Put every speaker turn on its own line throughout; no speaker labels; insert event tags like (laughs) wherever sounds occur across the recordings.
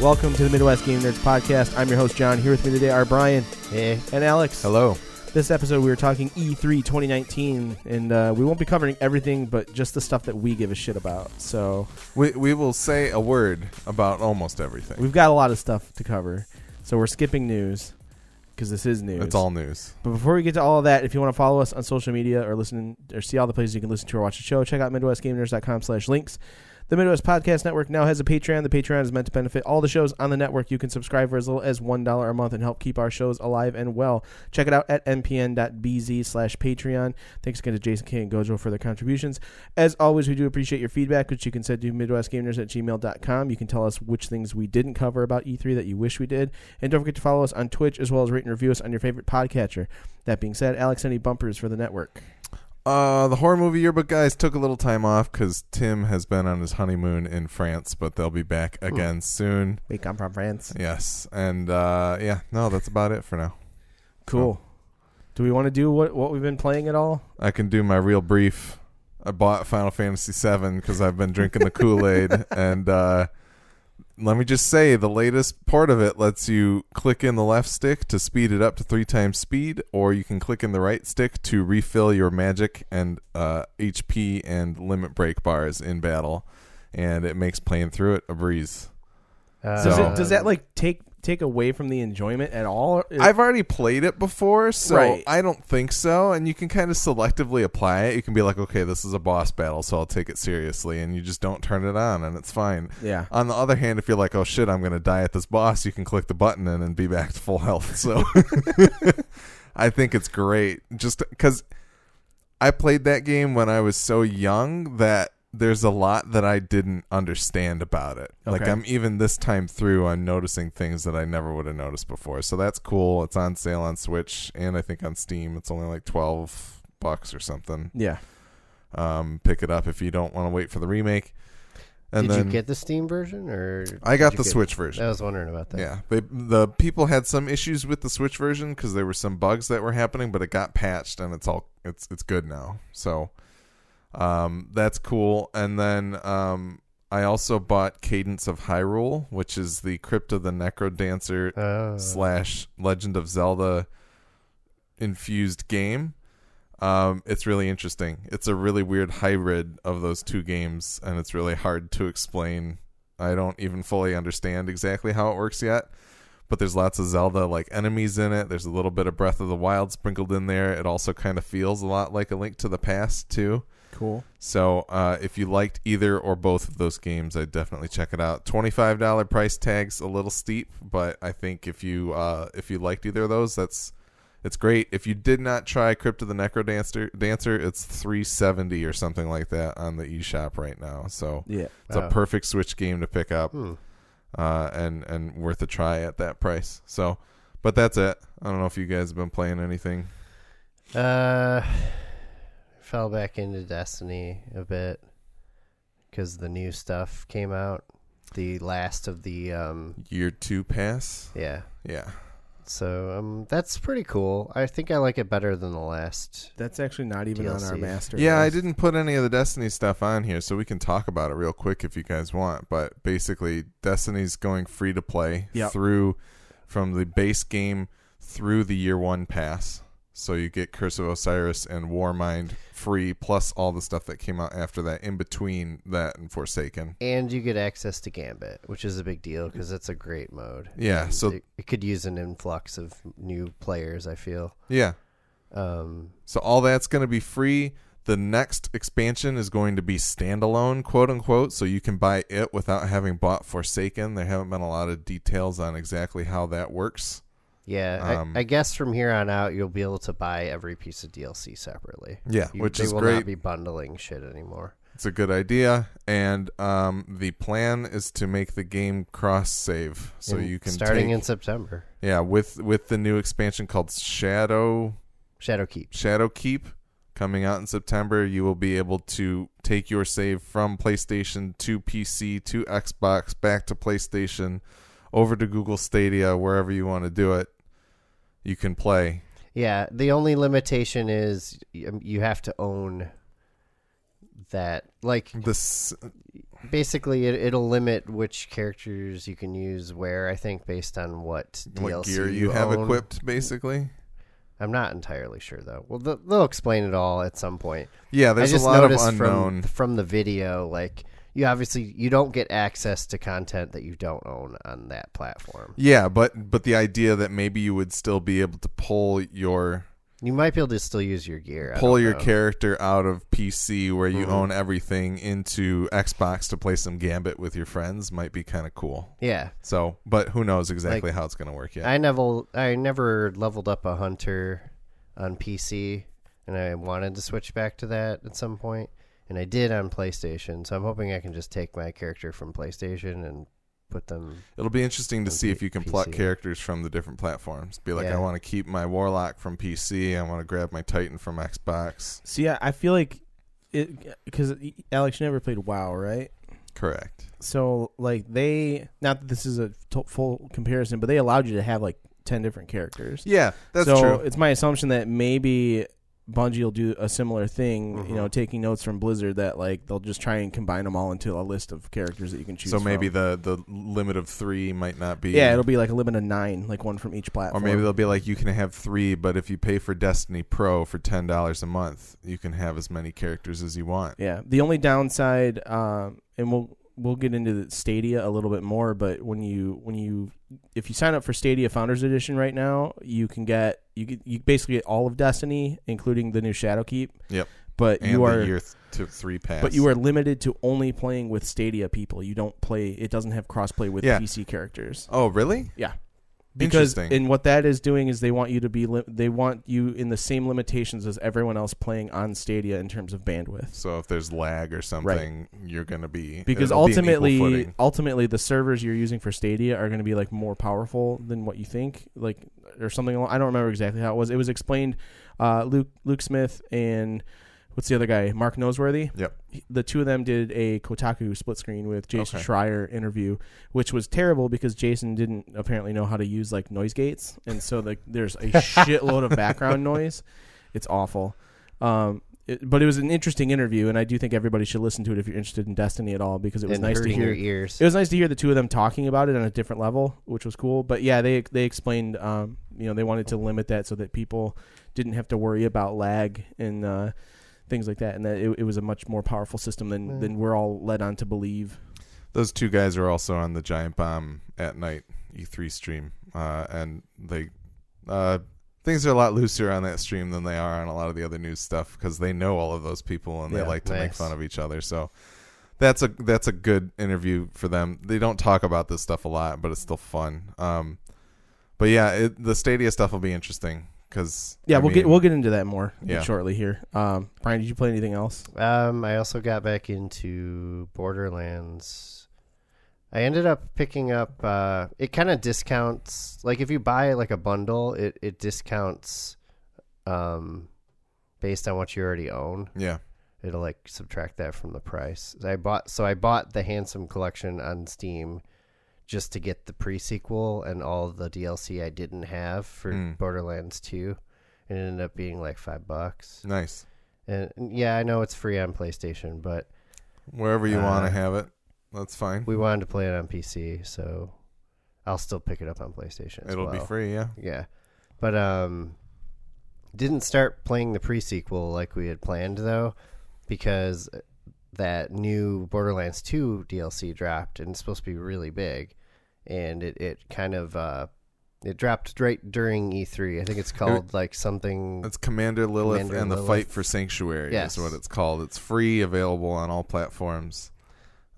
Welcome to the Midwest Game Nerds podcast. I'm your host John. Here with me today are Brian
Hey.
and Alex.
Hello.
This episode we were talking E E3 2019, and uh, we won't be covering everything, but just the stuff that we give a shit about. So
We, we will say a word about almost everything.
we've got a lot of stuff to cover. So we're skipping news because this is news.
It's all news.
But before we get to all of that, if you want to follow us on social media or listen or see all the places you can listen to or watch the show, check out MidwestGameNerds.com slash links. The Midwest Podcast Network now has a Patreon. The Patreon is meant to benefit all the shows on the network. You can subscribe for as little as $1 a month and help keep our shows alive and well. Check it out at mpn.bz slash Patreon. Thanks again to Jason King and Gojo for their contributions. As always, we do appreciate your feedback, which you can send to MidwestGameNerds at gmail.com. You can tell us which things we didn't cover about E3 that you wish we did. And don't forget to follow us on Twitch as well as rate and review us on your favorite podcatcher. That being said, Alex, any bumpers for the network?
Uh, the horror movie yearbook guys took a little time off because Tim has been on his honeymoon in France, but they'll be back again soon.
We come from France.
Yes, and uh, yeah, no, that's about it for now.
Cool. Do we want to do what, what we've been playing at all?
I can do my real brief. I bought Final Fantasy VII because I've been drinking the Kool Aid, and uh, let me just say the latest part of it lets you click in the left stick to speed it up to three times speed, or you can click in the right stick to refill your magic and uh, HP and limit break bars in battle, and it makes playing through it a breeze.
does,
So-
it, does that like take take away from the enjoyment at all? Or-
I've already played it before, so
Right.
I don't think so. And you can kind of selectively apply it. You can be like, okay, this is a boss battle, so I'll take it seriously. And you just don't turn it on, and it's fine.
yeah.
On the other hand, if you're like, oh shit, I'm going to die at this boss, you can click the button and, and be back to full health. So I think it's great. Just because I played that game when I was so young that there's a lot that I didn't understand about it. Like,
Okay.
I'm even this time through, I'm noticing things that I never would have noticed before. So that's cool. It's on sale on Switch and I think on Steam. It's only like 12 bucks or something.
Yeah.
Um, pick it up if you don't want to wait for the remake. And
Did
then
you get the Steam version or?
I got
did
the
you get-
Switch version.
I was wondering about that.
Yeah, they the people had some issues with the Switch version because there were some bugs that were happening, but it got patched and it's all it's it's good now. So, um, that's cool. And then um, I also bought Cadence of Hyrule, which is the Crypt of the Necro Dancer
Oh.
slash Legend of Zelda infused game. Um, it's really interesting. It's a really weird hybrid of those two games, and it's really hard to explain. I don't even fully understand exactly how it works yet. But there's lots of Zelda like enemies in it. There's a little bit of Breath of the Wild sprinkled in there. It also kind of feels a lot like a Link to the Past too.
Cool.
So uh, if you liked either or both of those games, I'd definitely check it out. Twenty five dollar price tag's a little steep, but I think if you uh, if you liked either of those, that's it's great. If you did not try Crypt of the Necro Dancer, Dancer it's three seventy or something like that on the eShop right now. So
Yeah.
it's
Wow.
a perfect Switch game to pick up
Hmm.
uh, and and worth a try at that price. So, but that's it. I don't know if you guys have been playing anything.
Uh, fell back into Destiny a bit because the new stuff came out. The last of the um,
Year two pass,
yeah.
yeah.
So um, that's pretty cool. I think I like it better than the last.
That's actually not even on our
DLC.
master.
Yeah, I
list.
didn't put any of the Destiny stuff on here, so we can talk about it real quick if you guys want. But basically, Destiny's going free to play
Yep.
through from the base game through the year one pass. So you get Curse of Osiris and Warmind free, plus all the stuff that came out after that, in between that and Forsaken.
And you get access to Gambit, which is a big deal because it's a great mode.
Yeah,
And
so-
it, it could use an influx of new players. I feel.
Yeah,
Um,
So all that's going to be free. The next expansion is going to be standalone, quote unquote, so you can buy it without having bought Forsaken. There haven't been a lot of details on exactly how that works.
Yeah,
Um,
I, I guess from here on out, you'll be able to buy every piece of DLC separately.
Yeah,
You-
which
they
is
will
great.
not be bundling shit anymore.
it's a good idea, and um, the plan is to make the game cross save, so
And
you can
starting
take-
in September.
yeah with with the new expansion called Shadow
Shadow Keep.
Shadow Keep coming out in September. You will be able to take your save from PlayStation to PC to Xbox back to PlayStation over to Google Stadia wherever you want to do it. You can play.
Yeah, the only limitation is um, y- you have to own that. Like
This
basically it, it'll limit which characters you can use where. I think based on what DLC
what gear you have
own.
equipped, basically.
I'm not entirely sure though. Well, th- they'll explain it all at some point.
Yeah, there's a
I just
lot of
noticed
unknown.
from from the video. Like you obviously you don't get access to content that you don't own on that platform.
yeah, but but the idea that maybe you would still be able to pull your
You might be able to still use your gear. I
pull
don't
your
know.
character out of PC where you
Mhm.
own everything into Xbox to play some Gambit with your friends might be kind of cool.
Yeah,
So, but who knows exactly how it's going to work yet?
I never I never leveled up a hunter on PC, and I wanted to switch back to that at some point, and I did on PlayStation. So I'm hoping I can just take my character from PlayStation and put them.
It'll be interesting to
On
see
P-
if you can pluck
PC.
characters from the different platforms. Be like,
Yeah.
I want to keep my Warlock from PC. I want to grab my Titan from Xbox.
See, I, I feel like it because Alex you never played WoW, right?
Correct.
So like they not that this is a to- full comparison, but they allowed you to have like ten different characters.
Yeah, that's
so
true.
It's my assumption that maybe Bungie will do a similar thing. You
Mm-hmm.
Mhm.
know, taking notes from Blizzard that like they'll just try and combine them all into a list of characters that you can choose.
So maybe
from.
the the limit of three might not be.
yeah, it'll be like a limit of nine, like one from each
or
platform.
maybe they'll be like, you can have three, but if you pay for Destiny Pro for ten dollars a month, you can have as many characters as you want.
Yeah. The only downside, um, and we'll we'll get into the Stadia a little bit more, but when you when you if you sign up for Stadia Founders Edition right now, you can get you get, you basically get all of Destiny, including the new Shadowkeep.
Yep.
But
And
you
the
are
year th- to three pass.
but you are limited to only playing with Stadia people. You don't play. It doesn't have crossplay with
Yeah.
PC characters.
Oh, really?
Yeah. Because
Interesting.
and what that is doing is they want you to be li- they want you in the same limitations as everyone else playing on Stadia in terms of bandwidth.
so if there's lag or something, you're gonna be
because
it'll be an equal
ultimately
footing.
ultimately the servers you're using for stadia are going to be like more powerful than what you think like or something along, i don't remember exactly how it was it was explained uh, luke luke smith and what's the other guy mark noseworthy
Yep.
He- the two of them did a kotaku split screen with jason
Okay.
schreier interview which was terrible because jason didn't apparently know how to use like noise gates and so like there's
(laughs)
a shitload of background noise it's awful um it, but it was an interesting interview, and I do think everybody should listen to it if you're interested in Destiny at all, because it was
and
nice to
hurting
hear.
your ears.
It was nice to hear the two of them talking about it on a different level, which was cool. But yeah, they they explained, um, you know, they wanted to limit that so that people didn't have to worry about lag and uh, things like that, and that it, it was a much more powerful system than
Mm.
than we're all led on to believe.
Those two guys are also on the Giant Bomb at night E3 stream, uh, and they uh, things are a lot looser on that stream than they are on a lot of the other news stuff because they know all of those people and
Yeah,
they like to make
nice.
fun of each other. So that's a that's a good interview for them. They don't talk about this stuff a lot, but it's still fun. Um, but yeah, it, the Stadia stuff will be interesting because
Yeah, we'll get we'll get into that more
Yeah.
shortly here. Um, Brian, did you play anything else?
Um, I also got back into Borderlands. I ended up picking up. Uh, it kind of discounts, like if you buy like a bundle, it it discounts, um, based on what you already own.
yeah
It'll like subtract that from the price. I bought so I bought the Handsome Collection on Steam, just to get the pre sequel and all the DLC I didn't have for
Mm.
Borderlands Two. It ended up being like five bucks.
nice
And yeah, I know it's free on PlayStation, but
wherever you
Uh,
want to have it, that's fine.
we wanted to play it on PC, so I'll still pick it up on PlayStation. as
It'll be
well.
free. Yeah,
Yeah, but um, didn't start playing the pre-sequel like we had planned though, because that new Borderlands Two DLC dropped, and it's supposed to be really big, and it it kind of uh, it dropped right during E3. I think it's called like something.
It's Commander Lilith
Commander
and the
Lilith.
Fight for Sanctuary
Yes.
is what it's called. It's free, available on all platforms,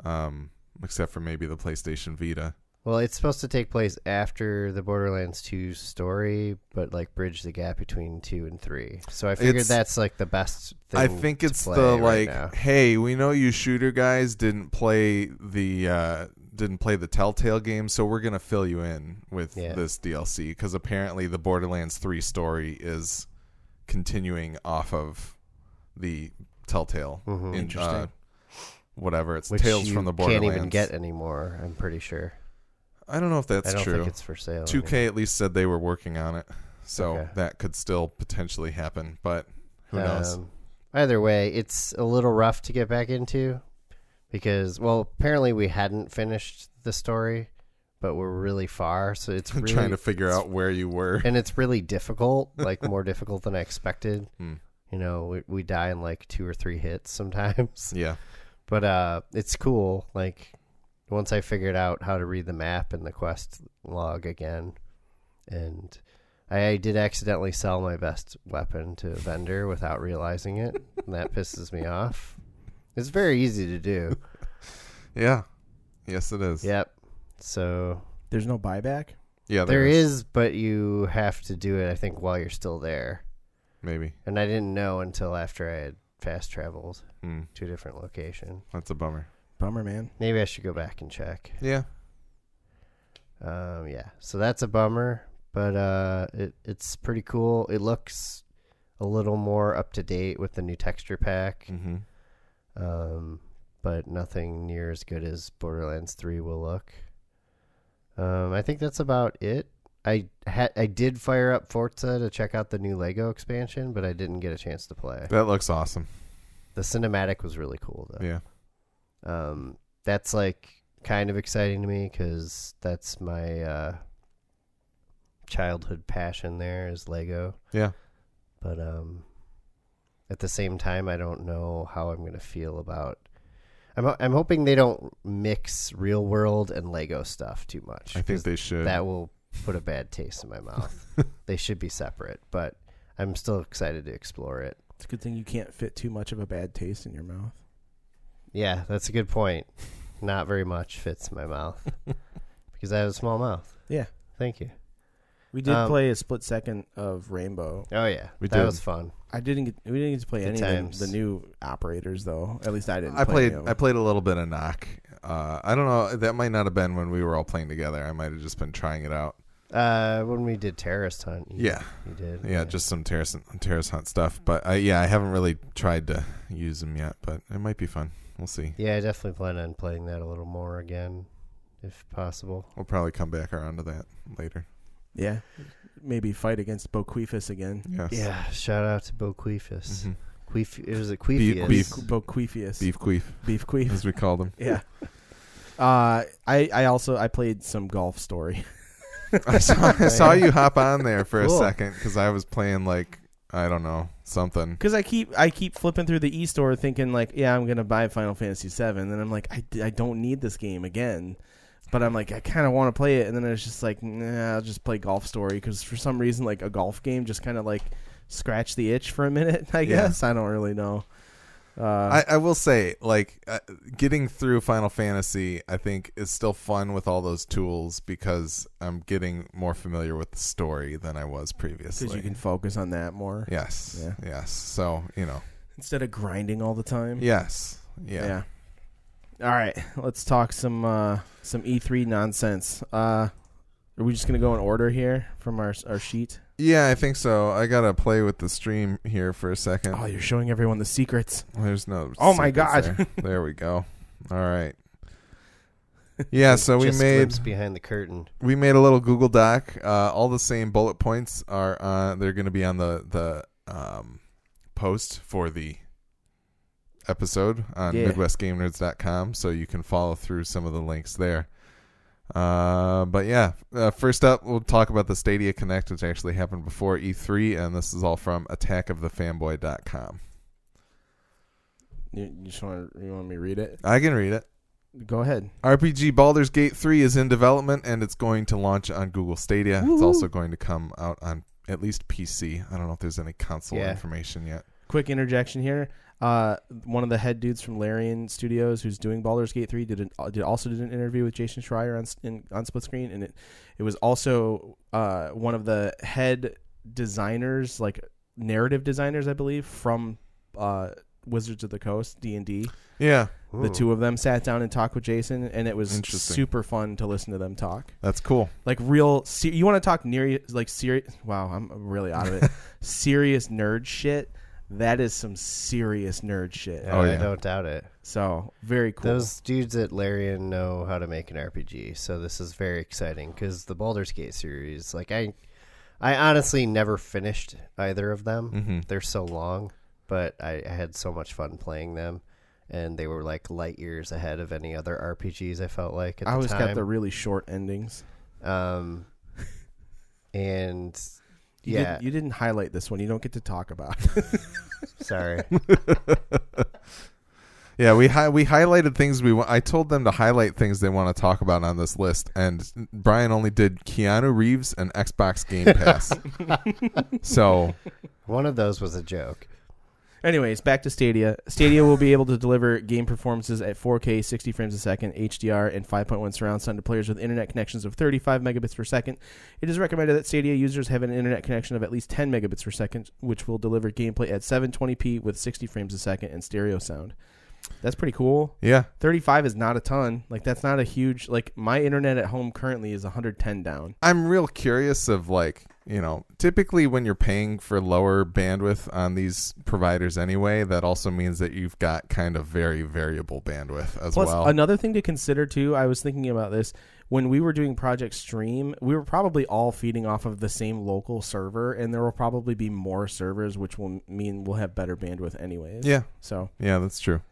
um, except for maybe the PlayStation Vita.
Well, it's supposed to take place after the Borderlands 2 story, but like bridge the gap between 2 and 3. So I figured
It's-
that's like the best thing.
I think
to
it's
play
the
right
like,
now.
hey, we know you shooter guys didn't play the uh, didn't play the Telltale game, so we're gonna fill you in with
Yeah.
this DLC because apparently the Borderlands Three story is continuing off of the Telltale.
Mhm.
in, uh,
Interesting.
whatever it's
Which
Tales
you
from the
can't
Borderlands.
even get anymore, I'm pretty sure.
I don't know if that's
I don't
true.
think it's for sale.
2K at least said they were working on it, so
Okay.
that could still potentially happen. But who knows? (laughs)
Um, either way, it's a little rough to get back into because well, apparently we hadn't finished the story, but we're really far, so it's
I'm (laughs)
really
trying to figure out where you were.
and it's really difficult, like more difficult than I (laughs) expected.
Hmm.
You know, we, we die in like two or three hits sometimes,
Yeah.
but uh, it's cool. Like once I figured out how to read the map and the quest log again, and I did accidentally sell my best weapon to a vendor without realizing it, and that pisses me off. It's very easy to (laughs) do.
Yeah. Yes, it is.
Yep. So
There's no buyback.
Yeah,
there is, but you have to do it. I think while you're still there.
Maybe.
and I didn't know until after I had fast traveled
Hmm.
to a different location.
That's a bummer.
Bummer, man.
Maybe I should go back and check.
Yeah.
Um, yeah, so that's a bummer, but uh, it it's pretty cool. It looks a little more up to date with the new texture pack,
Mm-hmm.
um, but nothing near as good as Borderlands Three will look. Um, I think that's about it. I had I did fire up Forza to check out the new Lego expansion, but I didn't get a chance to play.
That looks awesome.
The cinematic was really cool though.
Yeah.
um, that's like kind of exciting to me because that's my uh, childhood passion there is lego
Yeah.
but um, at the same time i don't know how i'm going to feel about I'm, I'm hoping they don't mix real world and lego stuff too much
I
'cause
think they should.
that will put a bad taste in my mouth
(laughs)
they should be separate but i'm still excited to explore it
It's a good thing you can't fit too much of a bad taste in your mouth.
Yeah, that's a good point. Not very much fits my mouth because I have a small mouth.
Yeah.
Thank you.
We did
Um,
play a split second of Rainbow.
Oh yeah,
We
that
did.
was fun.
I didn't get we didn't get to play
Good
any of
times.
the, the new operators though. At least I didn't.
I
play
played.
any of
I
them.
played a little bit of knock. Uh, I don't know. That might not have been when we were all playing together. I might have just been trying it out.
Uh, when we did terrorist hunt, you,
Yeah,
you did.
yeah, just some terrace terrace hunt stuff. But I, yeah, I haven't really tried to use them yet. But it might be fun. We'll see.
yeah. I definitely plan on playing that a little more again, if possible.
We'll probably come back around to that later.
yeah. Maybe fight against Boqueefus again.
Yes.
Yeah. Shout out to Boqueefus.
Mhm.
Queef. It was a
Beef,
Beef-
Queefius.
Boqueefus. Beef.
Beef queef,
Beef queef. (laughs)
as we called them.
Yeah. Uh, I I also I played some golf story.
I saw, I saw you hop on there for
Cool.
a second because I was playing like I don't know something.
Because I keep I keep flipping through the e store thinking like yeah I'm gonna buy Final Fantasy VII and I'm like I, d- I don't need this game again, but I'm like I kind of want to play it and then it's just like nah I'll just play Golf Story because for some reason like a golf game just kind of like scratched the itch for a minute (laughs) I
Yeah.
guess I don't really know. Uh,
I, I will say, like, uh, getting through Final Fantasy, I think, is still fun with all those tools because I'm getting more familiar with the story than I was previously.
because you can focus on that more
yes,
Yeah.
yes. So you know,
instead of grinding all the time.
yes, yeah.
All right, let's talk some uh, some E3 nonsense. Uh, are we just gonna go in order here from our our sheet?
yeah, I think so. I gotta play with the stream here for a second.
Oh, you're showing everyone the secrets.
There's no.
Oh my
secrets
God.
There. There we go. All right. Yeah,
(laughs)
so we
Just
made
glimpse behind the curtain.
we made a little Google Doc. Uh, all the same bullet points are uh, they're going to be on the the um, post for the episode on
Yeah.
MidwestGameNerds.com, so you can follow through some of the links there. Uh, but yeah, uh, first up, we'll talk about the Stadia Connect, which actually happened before E3, and this is all from AttackOfTheFanboy.com.
You, you just want you want me to read it?
I can read it.
Go ahead.
RPG Baldur's Gate 3 is in development and it's going to launch on Google Stadia. It's also going to come out on at least PC. I don't know if there's any console
Yeah.
information yet.
Quick interjection here. Uh, one of the head dudes from Larian Studios, who's doing Baldur's Gate three, did an, uh, did also did an interview with Jason Schreier on s- in, on split screen, and it it was also uh, one of the head designers, like narrative designers, I believe, from uh, Wizards of the Coast D and D.
Yeah,
The
Ooh.
two of them sat down and talked with Jason, and it was
Interesting.
super fun to listen to them talk.
that's cool.
Like real, se- you want to talk near like serious? Wow, I'm I'm really out of
(laughs)
it. serious nerd shit. That is some serious nerd shit.
Yeah. Oh,
I don't doubt it.
So very cool.
Those dudes at Larian know how to make an RPG, so this is very exciting because the Baldur's Gate series, like I, I honestly never finished either of them.
Mm-hmm.
Mhm.
They're so long, but I, I had so much fun playing them, and they were like light years ahead of any other RPGs. I felt like at
I
the
always got
time.
the really short endings. (laughs)
um, and
You
yeah,
didn't, you didn't highlight this one. You don't get to talk about. (laughs)
sorry.
yeah, we hi- we highlighted things we want. I told them to highlight things they want to talk about on this list, and Brian only did Keanu Reeves and Xbox Game Pass. so
One of those was a joke.
Anyways, back to Stadia. Stadia will be able to deliver game performances at 4K, 60 frames a second, HDR, and 5.1 surround sound to players with internet connections of 35 megabits per second. It is recommended that Stadia users have an internet connection of at least 10 megabits per second, which will deliver gameplay at 720p with 60 frames a second and stereo sound. That's pretty cool.
yeah,
35 is not a ton. Like that's not a huge like my internet at home currently is 110 down.
I'm real curious of like, you know, typically when you're paying for lower bandwidth on these providers anyway, that also means that you've got kind of very variable bandwidth as
Plus,
well.
another thing to consider too, I was thinking about this when we were doing Project Stream, we were probably all feeding off of the same local server, and there will probably be more servers, which will mean we'll have better bandwidth anyways.
yeah,
So
yeah, that's true.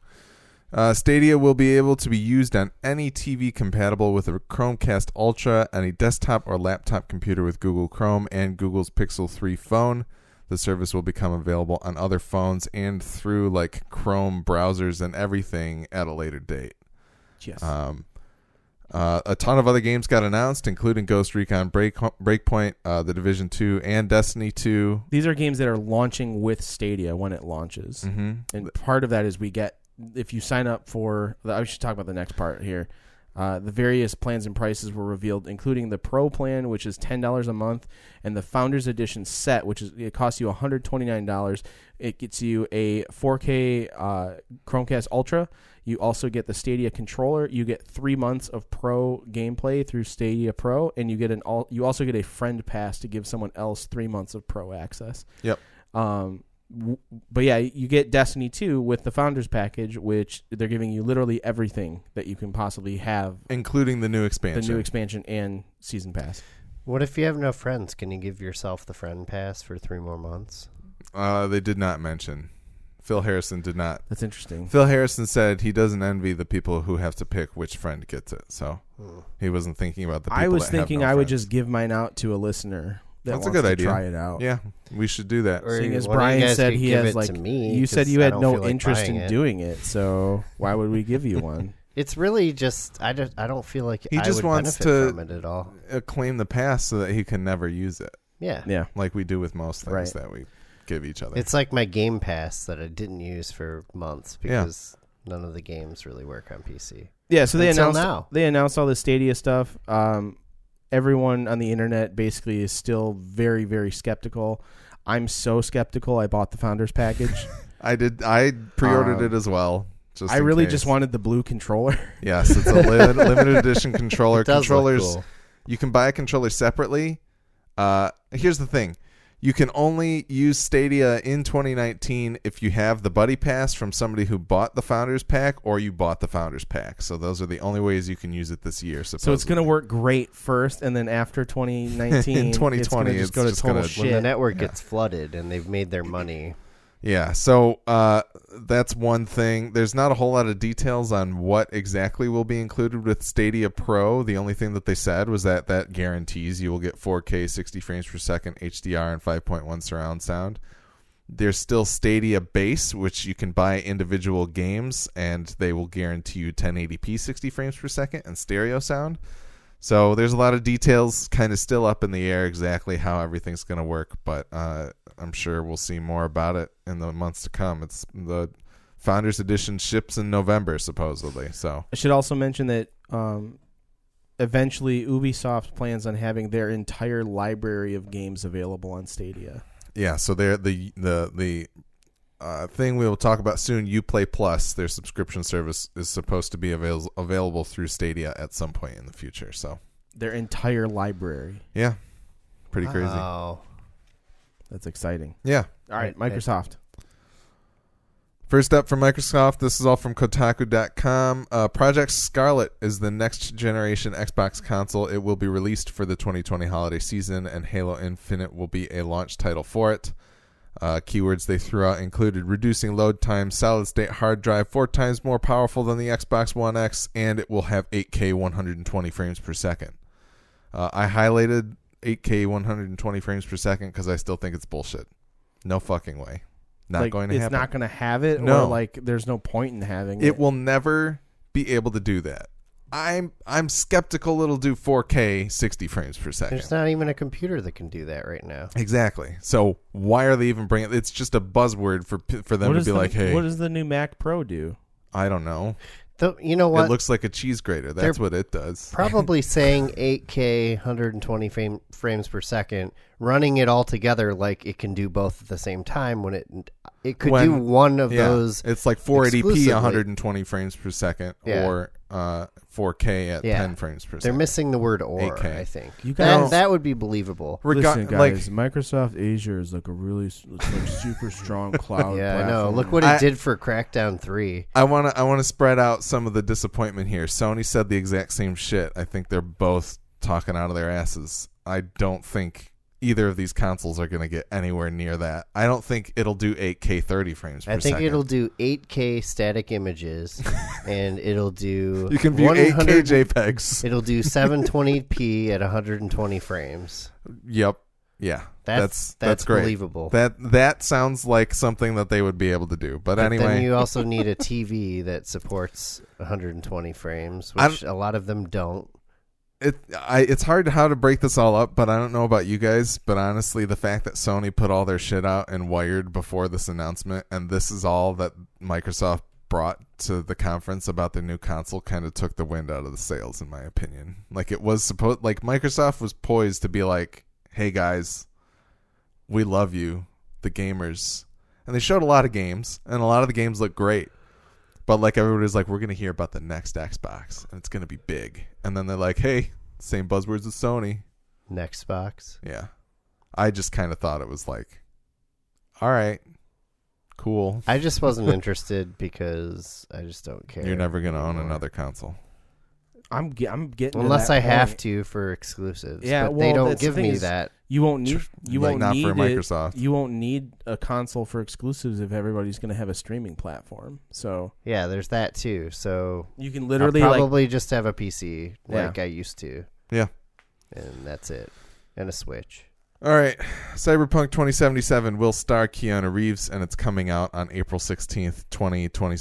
Uh, Stadia will be able to be used on any TV compatible with a Chromecast Ultra, any desktop or laptop computer with Google Chrome, and Google's Pixel 3 phone. The service will become available on other phones and through like Chrome browsers and everything at a later date.
yes,
Um, uh, a ton of other games got announced, including Ghost Recon Break- Breakpoint, uh, The Division 2, and Destiny 2.
these are games that are launching with Stadia when it launches,
Mm-hmm.
and part of that is we get if you sign up for. The, I should talk about the next part here. Uh, the various plans and prices were revealed, including the Pro plan, which is ten dollars a month, and the Founders Edition set, which is it costs you one hundred twenty nine dollars. It gets you a four K uh, Chromecast Ultra. You also get the Stadia controller. You get three months of Pro gameplay through Stadia Pro, and you get an all. You also get a friend pass to give someone else three months of Pro access.
Yep.
Um, w- but yeah, you get Destiny two with the Founders package, which they're giving you literally everything that you can possibly have
Including the new
the
expansion.
new expansion and season pass.
What if you have no friends? Can you give yourself the friend pass for three more months?
uh, they did not mention. Phil Harrison did not.
That's interesting.
Phil Harrison said he doesn't envy the people who have to pick which friend gets it. So
Hmm.
he wasn't thinking about the people
I was
that have
thinking
no
I would
friends.
just give mine out to a listener. That
That's a
wants
good
to
idea.
Try it out.
Yeah, we should do that.
Or
Seeing as
one of you
Brian
guys
said
could
he
give
has,
it to
like,
me,
You
'cause
said you
I
had
don't
no
feel like
interest
buying
in
it.
doing it, so why would we give you (laughs) one?
It's really just I don't I don't feel like
He
I
just
would
wants
benefit
to-
from it at all.
Uh, claim the past so that he can never use it,
Yeah.
Yeah.
like we do with most things
Right.
that we give each other.
It's like my Game Pass that I didn't use for months because none of the games really work on PC.
Yeah, so they
Until
announced
now.
they announced all the Stadia stuff. Um, everyone on the internet basically is still very very skeptical. I'm so skeptical. I bought the founders
(laughs)
package.
I did. I pre-ordered
Um,
it as well. Just
I
in
really
case.
just wanted the blue controller. (laughs)
Yes, it's a li-
(laughs)
limited edition controller.
It does look
Controllers.
cool.
You can buy a controller separately. Uh, here's the thing: you can only use Stadia in 2019 if you have the Buddy Pass from somebody who bought the Founders Pack or you bought the Founders Pack. So those are the only ways you can use it this year.
So it's going to
supposedly.
work great first, and then after
(laughs)
2019,
In 2020,
it's going to
it's
just go to
just
total
gonna-
When the
shit.
network
Yeah.
gets flooded and they've made their money,
Yeah, so uh, that's one thing. There's not a whole lot of details on what exactly will be included with Stadia Pro. The only thing that they said was that that guarantees you will get 4K, 60 frames per second, HDR, and 5.1 surround sound. There's still Stadia Base, which you can buy individual games, and they will guarantee you 1080p, 60 frames per second, and stereo sound. So there's a lot of details kind of still up in the air exactly how everything's going to work, but uh, I'm sure we'll see more about it in the months to come. It's the Founders Edition ships in November supposedly. So
I should also mention that um, eventually Ubisoft plans on having their entire library of games available on Stadia.
yeah, so they're the the the uh, thing we will talk about soon. UPlay Plus, their subscription service, is supposed to be avail- available through Stadia at some point in the future. So
Their entire library.
yeah, pretty crazy.
Wow.
That's exciting.
yeah.
All right,
Right,
Microsoft.
First up from Microsoft, this is all from Kotaku.com. Uh, Project Scarlet is the next generation Xbox console. It will be released for the 2020 holiday season, and Halo Infinite will be a launch title for it. Uh, keywords they threw out included reducing load time, solid state hard drive, four times more powerful than the Xbox One X, and it will have 8K 120 frames per second. Uh, I highlighted 8K 120 frames per second because I still think it's bullshit. No fucking way. Not
like,
going to
it's
happen.
not going to have it.
No.
or like there's no point in having it.
It will never be able to do that. I'm I'm skeptical it'll do 4K 60 frames per second.
There's not even a computer that can do that right now.
Exactly. So why are they even bringing? It's just a buzzword for p- for them
What
to
is
be
the-
like, hey,
what does the new Mac Pro do?
I don't know.
Though you know what?
It looks like a cheese grater.
They're-
That's what it does.
Probably saying 8K, 120 frame, frames per second, running it all together like it can do both at the same time. When it it could do
When-
one of
yeah,
those.
it's like 480p,
exclusively-
120 frames per second,
Yeah.
or uh, 4K at
Yeah.
10 frames per
They're
second.
missing the word or.
8K.
I think
You
that,
guys-
that would be believable.
Rega-
Listen,
like,
guys, Microsoft Azure is like a really s- it's
(laughs)
like super strong cloud.
Yeah, I
platform.
know. Look what it
Oh, I-
did for Crackdown Three.
I want to I want to spread out some of the disappointment here. Sony said the exact same shit. I think they're both talking out of their asses. I don't think either of these consoles are going to get anywhere near that. I don't think it'll do 8K 30 frames per
I think
second. (laughs)
it'll do 8K static images, and it'll do
You can view
100
8K
(laughs)
JPEGs.
It'll do 720p at 120 frames.
Yep. Yeah.
That's that's,
That's that's, great.
believable.
That that sounds like something that they would be able to do. But,
But
anyway,
then you also need a TV that supports 120 frames,
I'm-
which a lot of them don't.
it I it's hard how to break this all up, but I don't know about you guys, but honestly, the fact that Sony put all their shit out and wired before this announcement and this is all that Microsoft brought to the conference about their new console kind of took the wind out of the sails in my opinion. Like it was supposed like Microsoft was poised to be like, "Hey guys, we love you, the gamers." And they showed a lot of games, and a lot of the games look great. But like everybody's like, we're gonna hear about the next Xbox and it's gonna be big. And then they're like, hey, same buzzwords as Sony.
Next box.
Yeah. I just kind of thought it was like, all right, cool.
I just
(laughs)
wasn't interested because I just don't care.
You're never gonna own
anymore.
another console.
I'm ge- I'm getting to
Unless
that
I have
point.
to for exclusives.
Yeah,
but they
well,
don't
that's the
give
thing
me
is-
that.
You won't need you
like
won't
not
need
for
it.
Microsoft.
You won't need a console for exclusives if everybody's going to have a streaming platform. So
Yeah, there's that too. So
you can
I'll
literally like
probably just have a PC
Yeah.
like I used to.
Yeah.
And that's it. And a Switch.
All right, Cyberpunk 2077 will star Keanu Reeves, and it's coming out on April 16th, 2020,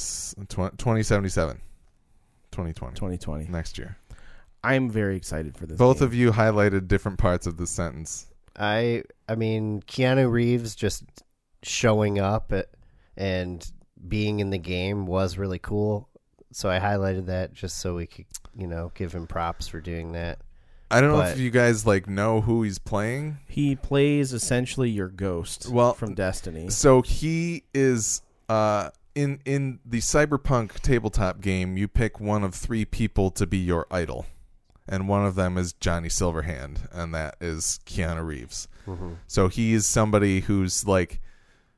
2077, 2020,
2020.
next year.
I'm very excited for this.
Both of you highlighted different parts of this sentence.
I I mean Keanu Reeves just showing up at, and being in the game was really cool. So I highlighted that just so we could, you know, give him props for doing that.
I don't know
But-
if you guys like know who he's playing.
he plays essentially your ghost
Well,
from Destiny.
So he is uh, in in the cyberpunk tabletop game. You pick one of three people to be your idol, and one of them is Johnny Silverhand, and that is Keanu Reeves. So he is somebody who's like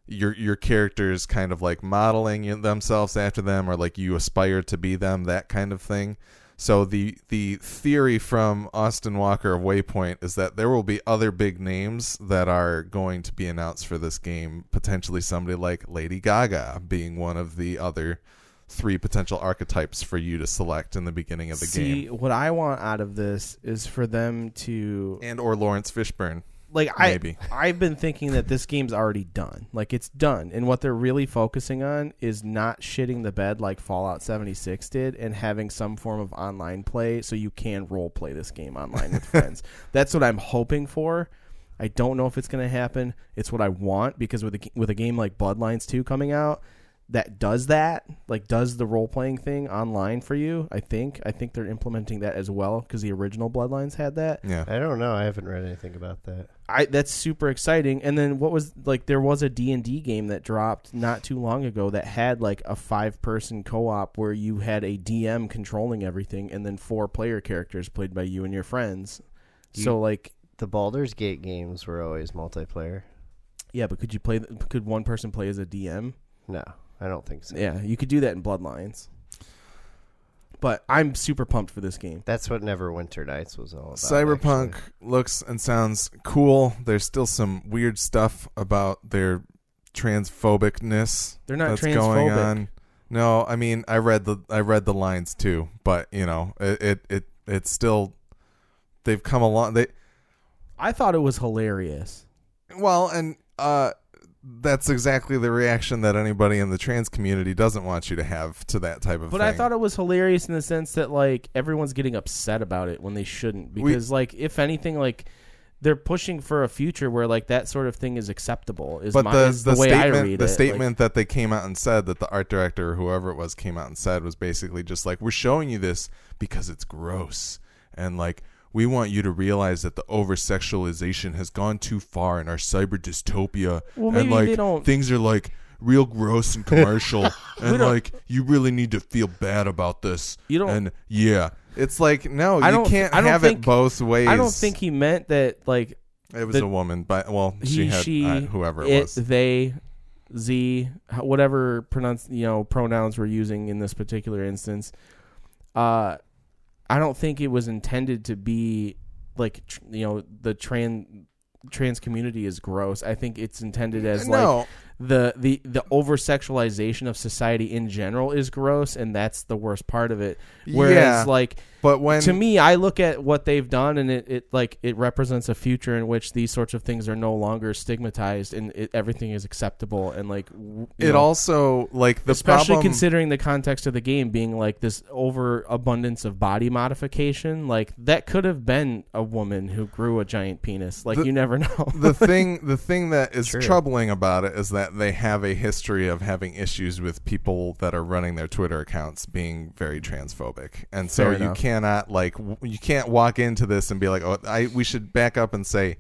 your your character is kind of like modeling themselves after them, or like you aspire to be them, that kind of thing. So the the theory from Austin Walker of Waypoint is that there will be other big names that are going to be announced for this game. Potentially somebody like Lady Gaga being one of the other three potential archetypes for you to select in the beginning of the
See,
game,
what I want out of this is for them to
and or Lawrence Fishburne.
like
Maybe.
I I've been thinking that this game's already done. Like it's done. And what they're really focusing on is not shitting the bed like Fallout 76 did and having some form of online play so you can role play this game online with friends. That's what I'm hoping for. I don't know if it's going to happen. It's what I want because with a, g- with a game like Bloodlines 2 coming out that does that, like does the role playing thing online for you, I think. I think they're implementing that as well because the original Bloodlines had that.
Yeah,
I don't know. I haven't read anything about that.
I that's super exciting. And then what was like there was a D&D game that dropped not too long ago that had like a five-person co-op where you had a DM controlling everything and then four player characters played by you and your friends. so like
The Baldur's Gate games were always multiplayer.
yeah, but could you play th- could one person play as a DM?
No, I don't think so.
Yeah, you could do that in Bloodlines. But I'm super pumped for this game.
That's what Neverwinter Nights was all about.
Cyberpunk
actually.
looks and sounds cool. There's still some weird stuff about their transphobicness
They're not
that's
transphobic.
going on. No, I mean I read the I read the lines too, but you know it it, it it's still they've come along. They
I thought it was hilarious.
well, and uh, that's exactly the reaction that anybody in the trans community doesn't want you to have to that type of.
But
thing.
I thought it was hilarious in the sense that like everyone's getting upset about it when they shouldn't because like if anything like they're pushing for a future where like that sort of thing is acceptable is,
but
my,
the,
is
the,
the, way
statement,
I read
the
it. Like,
statement that they came out and said that the art director or whoever it was came out and said was basically just like we're showing you this because it's gross and like we want you to realize that the over sexualization has gone too far in our cyber dystopia
Well,
and
maybe
like
they don't-
things are like real gross
(laughs)
and commercial and
don't-
like you really need to feel bad about this
You don't-
and yeah it's like no
I
you
don't-
can't
I don't
have
think-
it both ways
I don't think he meant that like
it was
the-
a woman but well
he,
she
she,
had uh, whoever it, was
they, z, h- whatever pronounce you know pronouns we're using in this particular instance. Uh, I don't think it was intended to be like tr- you know the trans trans community is gross. I think it's intended as like
no
the the the over sexualization of society in general is gross, and that's the worst part of it. Whereas
Yeah.
like
But when
to me, I look at what they've done, and it, it like it represents a future in which these sorts of things are no longer stigmatized, and it, everything is acceptable, and like w- you
it
know,
also like the
especially
problem,
considering the context of the game being like this overabundance of body modification, like that could have been a woman who grew a giant penis. Like
The-
you never (laughs) know.
the thing the thing that is
True.
troubling about it is that they have a history of having issues with people that are running their Twitter accounts being very transphobic, and so
Fair
you
enough.
cannot like w- you can't walk into this and be like, oh, I we should back up and say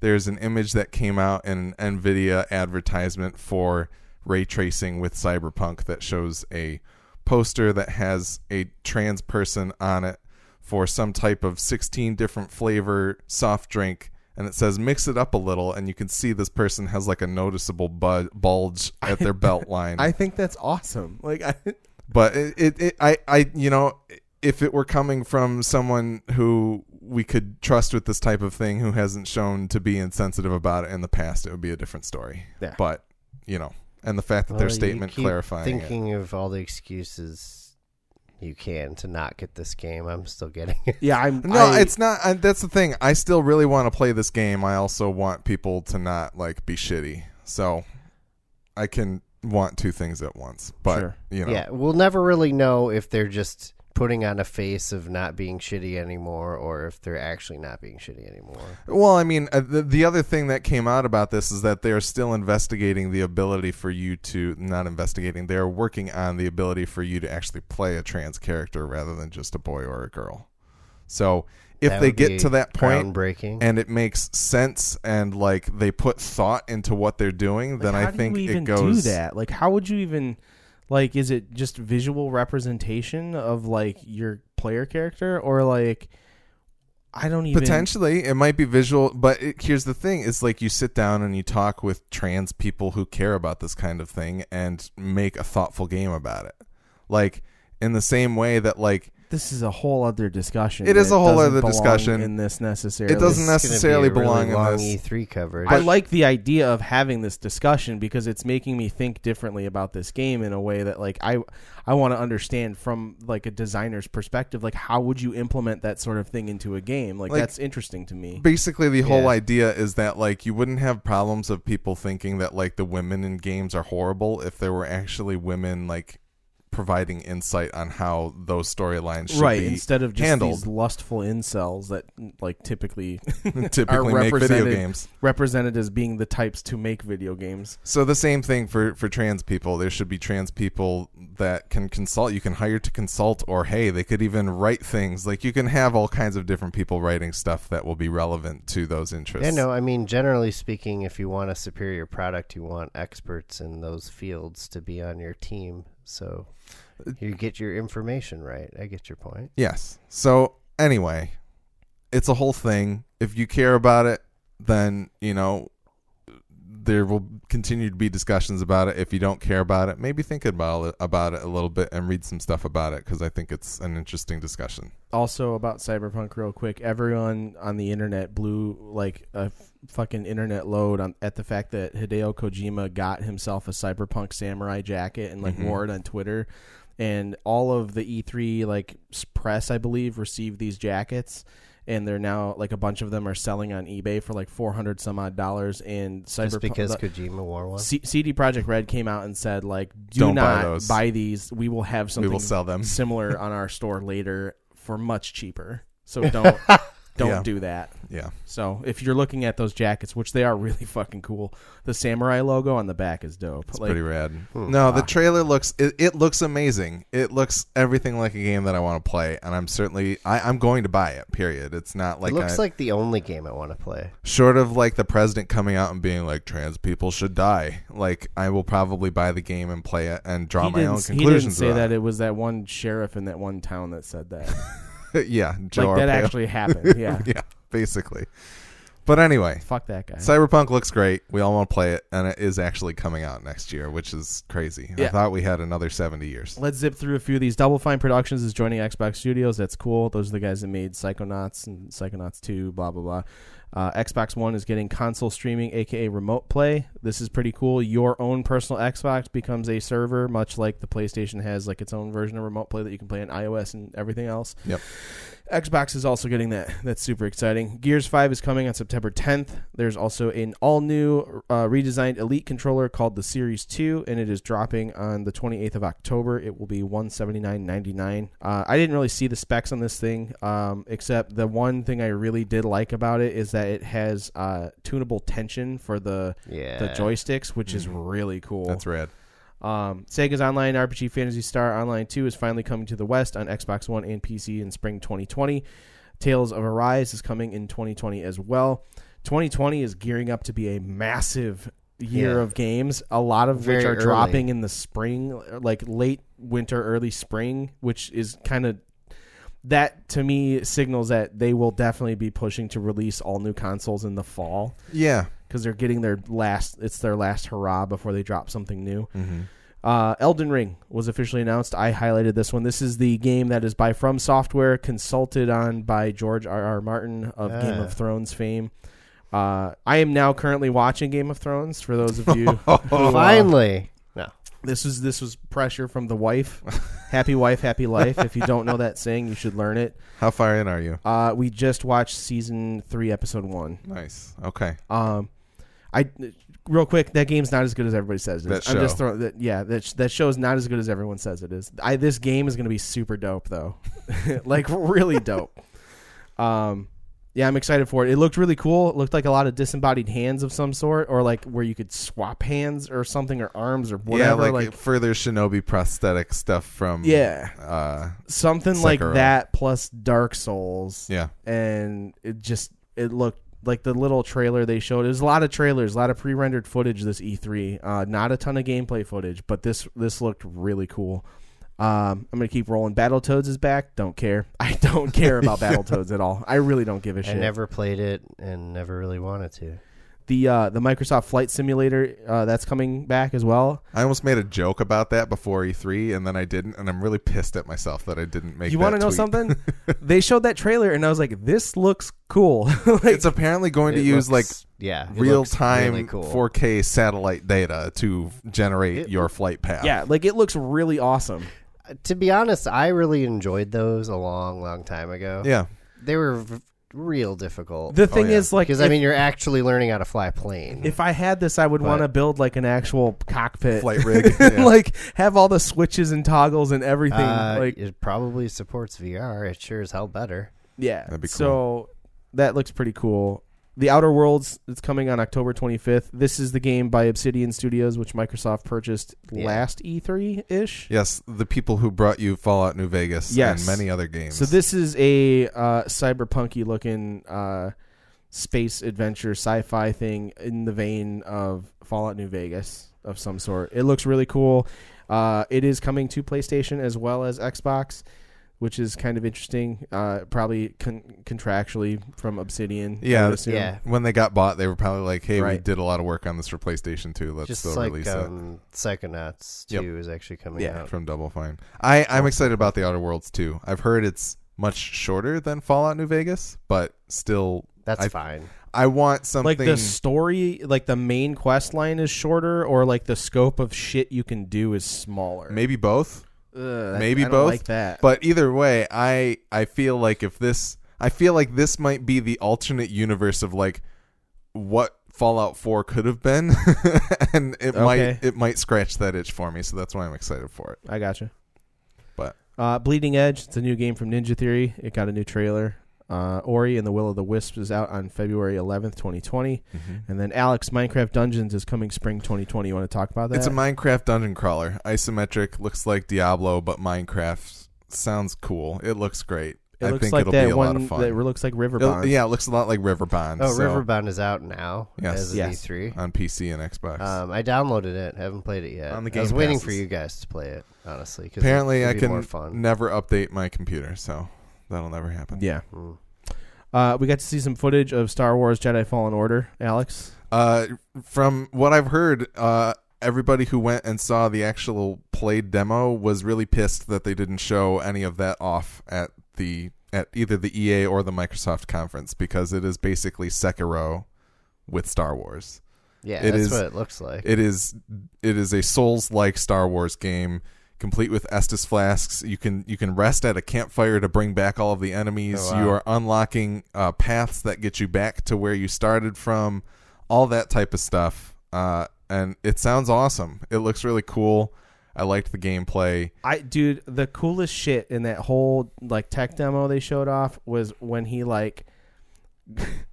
there's an image that came out in an Nvidia advertisement for ray tracing with Cyberpunk that shows a poster that has a trans person on it for some type of 16 different flavor soft drink and it says mix it up a little and you can see this person has like a noticeable bud-
(laughs)
bulge at their belt line
think that's awesome. Like I,
but it, it, it I, I you know if it were coming from someone who we could trust with this type of thing who hasn't shown to be insensitive about it in the past it would be a different story
Yeah.
but you know and the fact that
Well,
their
you
statement
keep
clarifying it.
Thinking of all the excuses you can to not get this game, I'm still getting it.
yeah, I'm
(laughs) No,
I-
it's not. I, that's the thing. I still really want to play this game. I also want people to not like be shitty. So I can want two things at once. But
Sure.
you know,
Yeah, we'll never really know if they're just putting on a face of not being shitty anymore, or if they're actually not being shitty anymore.
Well, I mean, uh, the, the other thing that came out about this is that they are still investigating the ability for you to not investigating. They are working on the ability for you to actually play a trans character rather than just a boy or a girl. So if
That
they
would be
get to that point
groundbreaking.
and it makes sense and like they put thought into what they're doing,
Like,
then I
how do
think
you
it
even
goes.
do that. Like, how would you even like? Is it just visual representation of like your player character, or like I don't even
Potentially, it might be visual, but it, here's the thing: is like you sit down and you talk with trans people who care about this kind of thing and make a thoughtful game about it. Like in the same way that like
This is a whole other discussion.
It is
that
a whole
doesn't
other
belong
discussion.
in this necessarily.
It doesn't
It's gonna be
necessarily
a really
belong in
long E
this.
E3 coverage.
I like the idea of having this discussion because it's making me think differently about this game in a way that like I I want to understand from like a designer's perspective like how would you implement that sort of thing into a game? Like,
Like-
that's interesting to me.
basically the whole
Yeah.
idea is that like you wouldn't have problems of people thinking that like the women in games are horrible if there were actually women like providing insight on how those storylines should
right
be
instead of just
handled.
these lustful incels that like typically (laughs)
(laughs) typically make video
represented-
games.
represented as being the types to make video games
So the same thing for for trans people. There should be trans people that can consult. You can hire to consult, or hey, they could even write things. Like you can have all kinds of different people writing stuff that will be relevant to those interests.
Yeah, no, I mean, generally speaking, if you want a superior product, you want experts in those fields to be on your team. So
Uh,
you get your information right. I get your point.
Yes. So anyway, it's a whole thing. If you care about it, then you know there will continue to be discussions about it. If you don't care about it, maybe think about it, about it a little bit and read some stuff about it because I think it's an interesting discussion.
also about cyberpunk real quick everyone on the internet blew like a f- fucking internet load on at the fact that hideo kojima got himself a cyberpunk samurai jacket and like
Mhm.
wore it on twitter and all of the e3 like s- press i believe received these jackets and they're now like a bunch of them are selling on ebay for like 400 some odd dollars and cyberpunk
Just because
the-
Kojima wore one.
C- CD Project Red came out and said like do
Don't buy
not buy,
those.
these we will have something
we will sell them.
similar on
(laughs)
our store later for much cheaper. So don't don't
Yeah.
do that.
Yeah,
So if you're looking at those jackets, which they are (laughs) really fucking cool, the samurai logo on the back is dope.
it's
like
pretty rad.
Hmm.
No, the trailer looks it, it looks amazing. It looks everything like a game that I want to play, and I'm certainly I, I'm going to buy it. Period. It's not like
it looks
I-
like the only game I want to play.
short of like the president coming out and being like trans people should die like i will probably buy the game and play it and draw
he
my
didn't,
own
he didn't
conclusions
say
about
that it was that one sheriff in that one town that said
(laughs)
that.
it. yeah Joe
like that
Arpaio.
actually
(laughs)
happened. Yeah.
yeah basically but anyway
Fuck that guy.
cyberpunk looks great we all want to play it and it is actually coming out next year which is crazy i
Yeah.
thought we had another 70 years
Let's zip through a few of these. Double Fine Productions is joining Xbox Studios. That's cool. Those are the guys that made Psychonauts and Psychonauts 2, blah, blah, blah. Uh, Xbox One is getting console streaming, aka remote play. This is pretty cool. Your own personal Xbox becomes a server, much like the PlayStation has like its own version of remote play that you can play on iOS and everything else.
Yep.
Xbox is also getting that. That's super exciting. Gears 5 is coming on September 10th. There's also an all new uh, redesigned Elite controller called the Series 2, and it is dropping on the 28th of October. It will be 179.99. Uh, I didn't really see the specs on this thing, um, except the one thing I really did like about it is that it has uh, tunable tension for the,
Yeah.
the joysticks, which is
Mhm.
really cool.
that's rad
Um, Sega's online RPG Fantasy Star Online 2 is finally coming to the West on Xbox One and PC in spring 2020. Tales of Arise is coming in 2020 as well. 2020 is gearing up to be a massive year
Yeah.
of games, a lot of which
Very
are
early.
dropping in the spring, like late winter, early spring, which is kind of that to me signals that they will definitely be pushing to release all new consoles in the fall
yeah
because they're getting their last it's their last hurrah before they drop something new.
hmm
Uh, Elden Ring was officially announced. I highlighted this one. This is the game that is by From Software, consulted on by George R. R. Martin of Game
Ah.
of Thrones fame. Uh, I am now currently watching Game of Thrones. For those of
(laughs)
you, (laughs)
Oh, Finally. No.
this was this was pressure from the wife. Happy wife, happy life. If you don't know that saying, you should learn it.
(laughs) how far in are you
Uh, we just watched season three, episode one.
nice okay
Um, I real quick, that game's not as good as everybody says it is.
That
I'm just
show.
throwing that. Yeah, that sh- that show is not as good as everyone says it is. I this game is going to be super dope though, (laughs) like really dope. Um, yeah, I'm excited for it. It looked really cool. It looked like a lot of disembodied hands of some sort, or like where you could swap hands or something, or arms or whatever.
yeah
like
like, further shinobi prosthetic stuff from
yeah,
uh
something like
Sekiro.
that plus Dark Souls
yeah
and it just it looked like the little trailer they showed. There's a lot of trailers, a lot of pre-rendered footage this E3. Uh, not a ton of gameplay footage, but this this looked really cool. Um, I'm gonna keep rolling. Battletoads is back. Don't care. (laughs) I don't care about Battletoads at all. I really don't give a
I
shit.
never played it and never really wanted to.
the uh, the Microsoft Flight Simulator uh, that's coming back as well.
I almost made a joke about that before E3, and then I didn't, and I'm really pissed at myself that I didn't make.
you
want
want to know something? they showed that trailer and I was like, this looks cool. (laughs) like,
(laughs) it's apparently going to
It
use
looks- yeah, it
like real
looks
time
really cool.
4K satellite data to generate
It-
your flight path.
yeah, like it looks really awesome.
Uh, to be honest, I really enjoyed those a long, long time ago.
yeah,
They were v- real difficult.
The thing
yeah.
is, like,
Oh, Because I mean, you're actually learning how to fly a plane.
If I had this, I would
But-
want to build like an actual cockpit, (laughs)
flight rig. Yeah.
like have all the switches and toggles and everything.
Uh,
like,
it probably supports VR. It sure as hell better.
yeah,
That'd be
so that looks pretty cool. The Outer Worlds it's coming on October 25th. This is the game by Obsidian Studios, which Microsoft purchased
Yeah.
last E E3 ish.
yes, the people who brought you Fallout New Vegas
Yes.
and many other games.
So this is a uh, cyberpunky looking uh, space adventure sci-fi thing in the vein of Fallout New Vegas of some sort. It looks really cool. Uh, it is coming to PlayStation as well as Xbox. which is kind of interesting. Uh, probably con- contractually from Obsidian. I
Yeah,
would assume.
yeah.
When they got bought, they were probably like, "Hey, we
Right.
did a lot of work on this for PlayStation 2. Let's
Just
still
like
release
um, Psychonauts
Yep.
2 is actually coming
Yeah.
it
out.
from Double Fine." I I'm excited about the Outer Worlds too. I've heard it's much shorter than Fallout New Vegas, but still,
That's
I-
fine.
I want something.
Like the story, like the main quest line is shorter, or like the scope of shit you can do is smaller.
maybe both.
Ugh, I-
maybe
I don't
both,
like that.
But either way, I I feel like if this I feel like this might be the alternate universe of like what Fallout 4 could have been (laughs) and it
Okay.
might it might scratch that itch for me, so that's why I'm excited for it.
I gotcha.
But-
uh, Bleeding Edge, it's a new game from Ninja Theory. It got a new trailer. Uh, Ori and the Will of the Wisps is out on February 11th, 2020, and then Alex Minecraft Dungeons is coming spring 2020. You want to talk about that?
It's a Minecraft dungeon crawler, isometric, looks like Diablo but Minecraft. Sounds cool. It looks great.
it
I
looks
think
like
it'll
that
be a
one
lot of fun.
that looks like
It-
Riverbond.
yeah, it looks a lot like Riverbond.
Oh,
so,
Riverbond is out now
Yes.
as of E
Yes.
E3.
on PC and Xbox.
Uh,
Um, I downloaded it. Haven't played it yet.
On the
I was
Game
waiting
Passes.
for you guys to play it, honestly. 'cause
Apparently,
it'd
I
be
can
more fun.
never update my computer, so that'll never happen.
Yeah.
Mm.
Uh, we got to see some footage of Star Wars Jedi Fallen Order, Alex.
Uh, from what I've heard, uh, everybody who went and saw the actual played demo was really pissed that they didn't show any of that off at the at either the EA or the Microsoft conference because it is basically Sekiro with Star Wars.
Yeah,
It
that's
is-
what it looks like.
It is it is a Souls like Star Wars game. Complete with Estus flasks, you can you can rest at a campfire to bring back all of the enemies.
Oh, wow.
You are unlocking uh, paths that get you back to where you started from, all that type of stuff. Uh, and it sounds awesome. It looks really cool. I liked the gameplay.
I dude, the coolest shit in that whole like tech demo they showed off was when he like (laughs)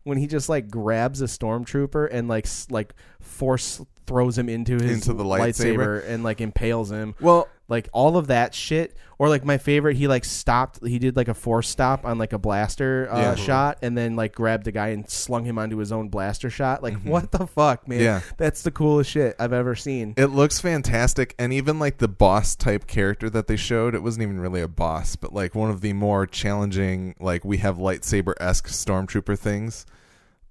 when he just like grabs a stormtrooper and like s- like force throws him into his
Into the lightsaber.
and like impales him.
Well,
Like all of that shit or like my favorite he like stopped he did like a force stop on like a blaster uh,
Yeah.
shot and then like grabbed a guy and slung him onto his own blaster shot. Like what the fuck, man?
Mm-hmm. Yeah.
That's the coolest shit I've ever seen.
It looks fantastic, and even like the boss type character that they showed, it wasn't even really a boss, but like one of the more challenging, like we have lightsaber esque stormtrooper things.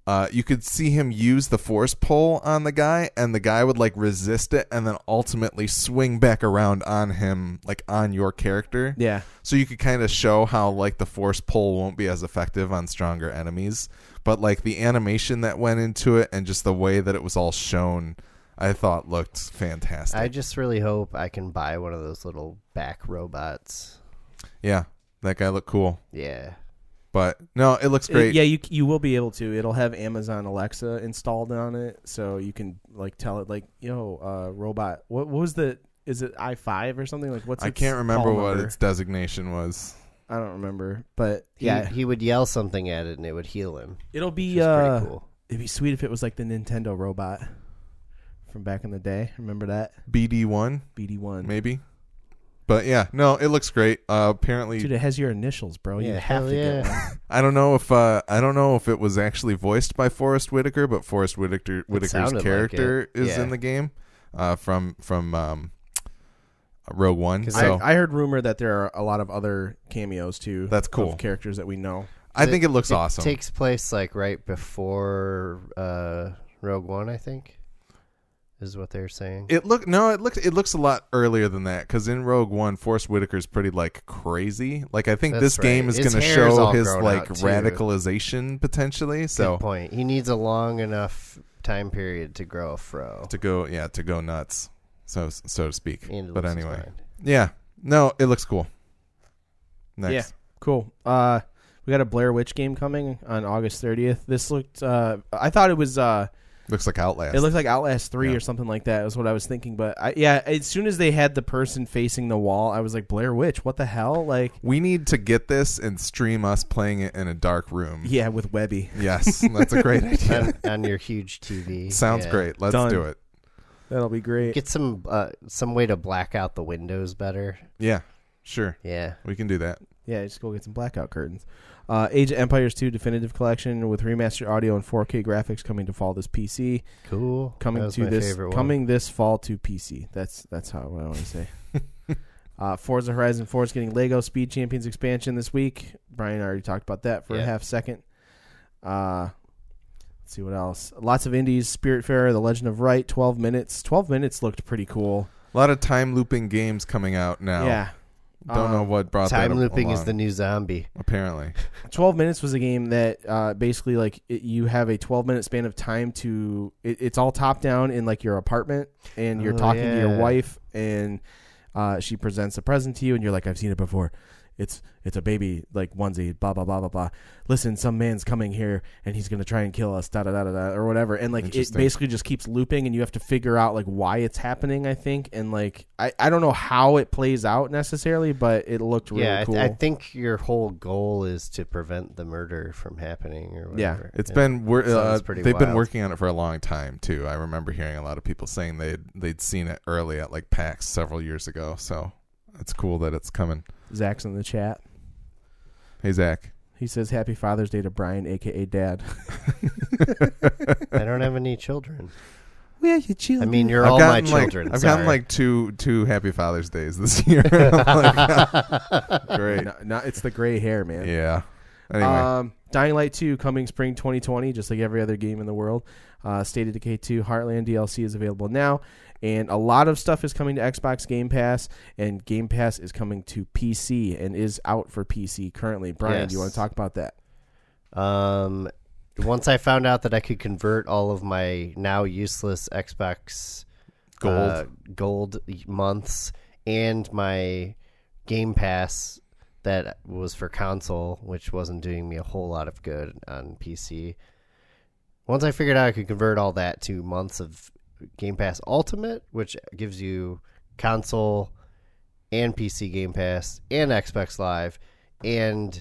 Uh, you could see him use the force pull on the guy, and the guy would like resist it, and then ultimately swing back around on him, like on your character.
Yeah.
So you could kind of show how like the force pull won't be as effective on stronger enemies, but like the animation that went into it and just the way that it was all shown, I thought looked fantastic.
I just really hope I can buy one of those little back robots.
yeah, that guy looked cool.
Yeah.
But no, it looks
It-
great.
yeah, you c- you will be able to. It'll have Amazon Alexa installed on it, so you can like tell it like, yo, uh, robot, what, what was the? Is it i five or something? Like what's?
I
its
can't remember
call
what
number?
its designation was.
I don't remember, but
He,
yeah,
He would yell something at it and it would heal him.
it'll
Which
be
is
uh,
pretty cool.
it'd be sweet if it was like the Nintendo robot from back in the day. Remember that
BD one,
BD one?
maybe. But yeah, no, it looks great. Uh,
Dude,
apparently,
it has your initials, bro. you
Yeah,
have
hell
to get
yeah.
one.
I don't know if uh, I don't know if it was actually voiced by Forrest Whitaker, but Forrest Whitaker Whitaker's
sounded like
character
it.
is
Yeah.
in the game uh, from from um, Rogue One.
'Cause
(laughs) So I,
I, I heard rumor that there are a lot of other cameos too.
That's
of
cool.
characters that we know.
think it looks
It
awesome.
takes place like right before uh, Rogue One, I think, is what they're saying.
it look no, it looks it looks a lot earlier than that because in Rogue One, Forrest Whitaker's pretty like crazy. Like I think
That's
this game
right.
is
His
going to
hair is
show
all
his
grown
like
out, too.
radicalization potentially. So
Good point. He needs a long enough time period to grow a fro.
to go, yeah, to go nuts, so so to speak.
And to
But
lose his
anyway,
mind.
yeah, no, it looks cool. Next.
Yeah. Cool. Uh, we got a Blair Witch game coming on August 30th. This looked. Uh, I thought it was. Uh,
Looks like Outlast.
it looked like Outlast Three
Yeah.
or something like that. Is what I was thinking. But I, yeah, as soon as they had the person facing the wall, I was like Blair Witch. What the hell? Like
we need to get this and stream us playing it in a dark room.
yeah, with Webby.
Yes,
(laughs)
that's a great idea. (laughs)
on, on your huge TV.
Sounds
Yeah.
great. Let's
Done.
do it.
That'll be great.
Get some uh, some way to black out the windows better.
Yeah, sure.
Yeah.
We can do that.
Yeah, just go get some blackout curtains. Uh, Age of Empires 2 Definitive Collection with remastered audio and 4K graphics coming to fall this PC.
Cool. That
Coming
was
to
my
this
favorite one. (laughs)
coming this fall to PC. That's that's how what I want to say. Uh, Forza Horizon 4 is getting Lego Speed Champions expansion this week. Brian already talked about that for a
Yeah.
half second. Uh, let's see what else. Lots of indies. Spirit Spiritfarer, The Legend of Right, 12 Minutes. 12 Minutes looked pretty cool.
A lot of time looping games coming out now.
Yeah.
Don't know
Um,
what brought that
Time
a-
looping is
along,
the new zombie.
apparently.
12 minutes was a game that uh, basically like it, you have a 12 minute span of time to it, it's all top down in like your apartment and you're
Oh,
talking to your
yeah.
wife and uh, she presents a present to you and you're like i've seen it before it's it's a baby like onesie blah blah blah blah blah listen some man's coming here and he's gonna try and kill us da da da da da or whatever and like it
Interesting.
basically just keeps looping and you have to figure out like why it's happening i think and like i, I don't know how it plays out necessarily but it looked really
yeah, I,
cool
th- I think your whole goal is to prevent the murder from happening or
Yeah.
whatever.
It's
Yeah.
been wor- uh,
Sounds pretty
they've been
wild.
working on it for a long time too. I remember hearing a lot of people saying they would they'd seen it early at like PAX several years ago. So it's cool that it's coming.
zach's in the chat
Hey
(laughs)
Zach,
He says, "Happy Father's Day to Brian, aka Dad."
I don't have
(laughs)
any children.
Where are your
I
children?
mean, you're all my children.
Like, I've
sorry.
gotten like two two Happy Father's Days this (laughs) year. Like, (laughs)
(laughs)
great,
no, no, it's the gray hair, man.
yeah. Anyway,
Uh,
Um, Dying Light 2 coming spring 2020, just like every other game in the world. Uh, State of Decay 2 Heartland DLC is available now, and a lot of stuff is coming to Xbox Game Pass, and Game Pass is coming to PC and is out for PC currently. Brian, do you
Yes.
want to talk about that?
Um, once I found out that I could convert all of my now useless Xbox
Gold.
uh, gold months, and my Game Pass that was for console, which wasn't doing me a whole lot of good on PC. Once I figured out I could convert all that to months of Game Pass Ultimate, which gives you console and PC Game Pass and Xbox Live and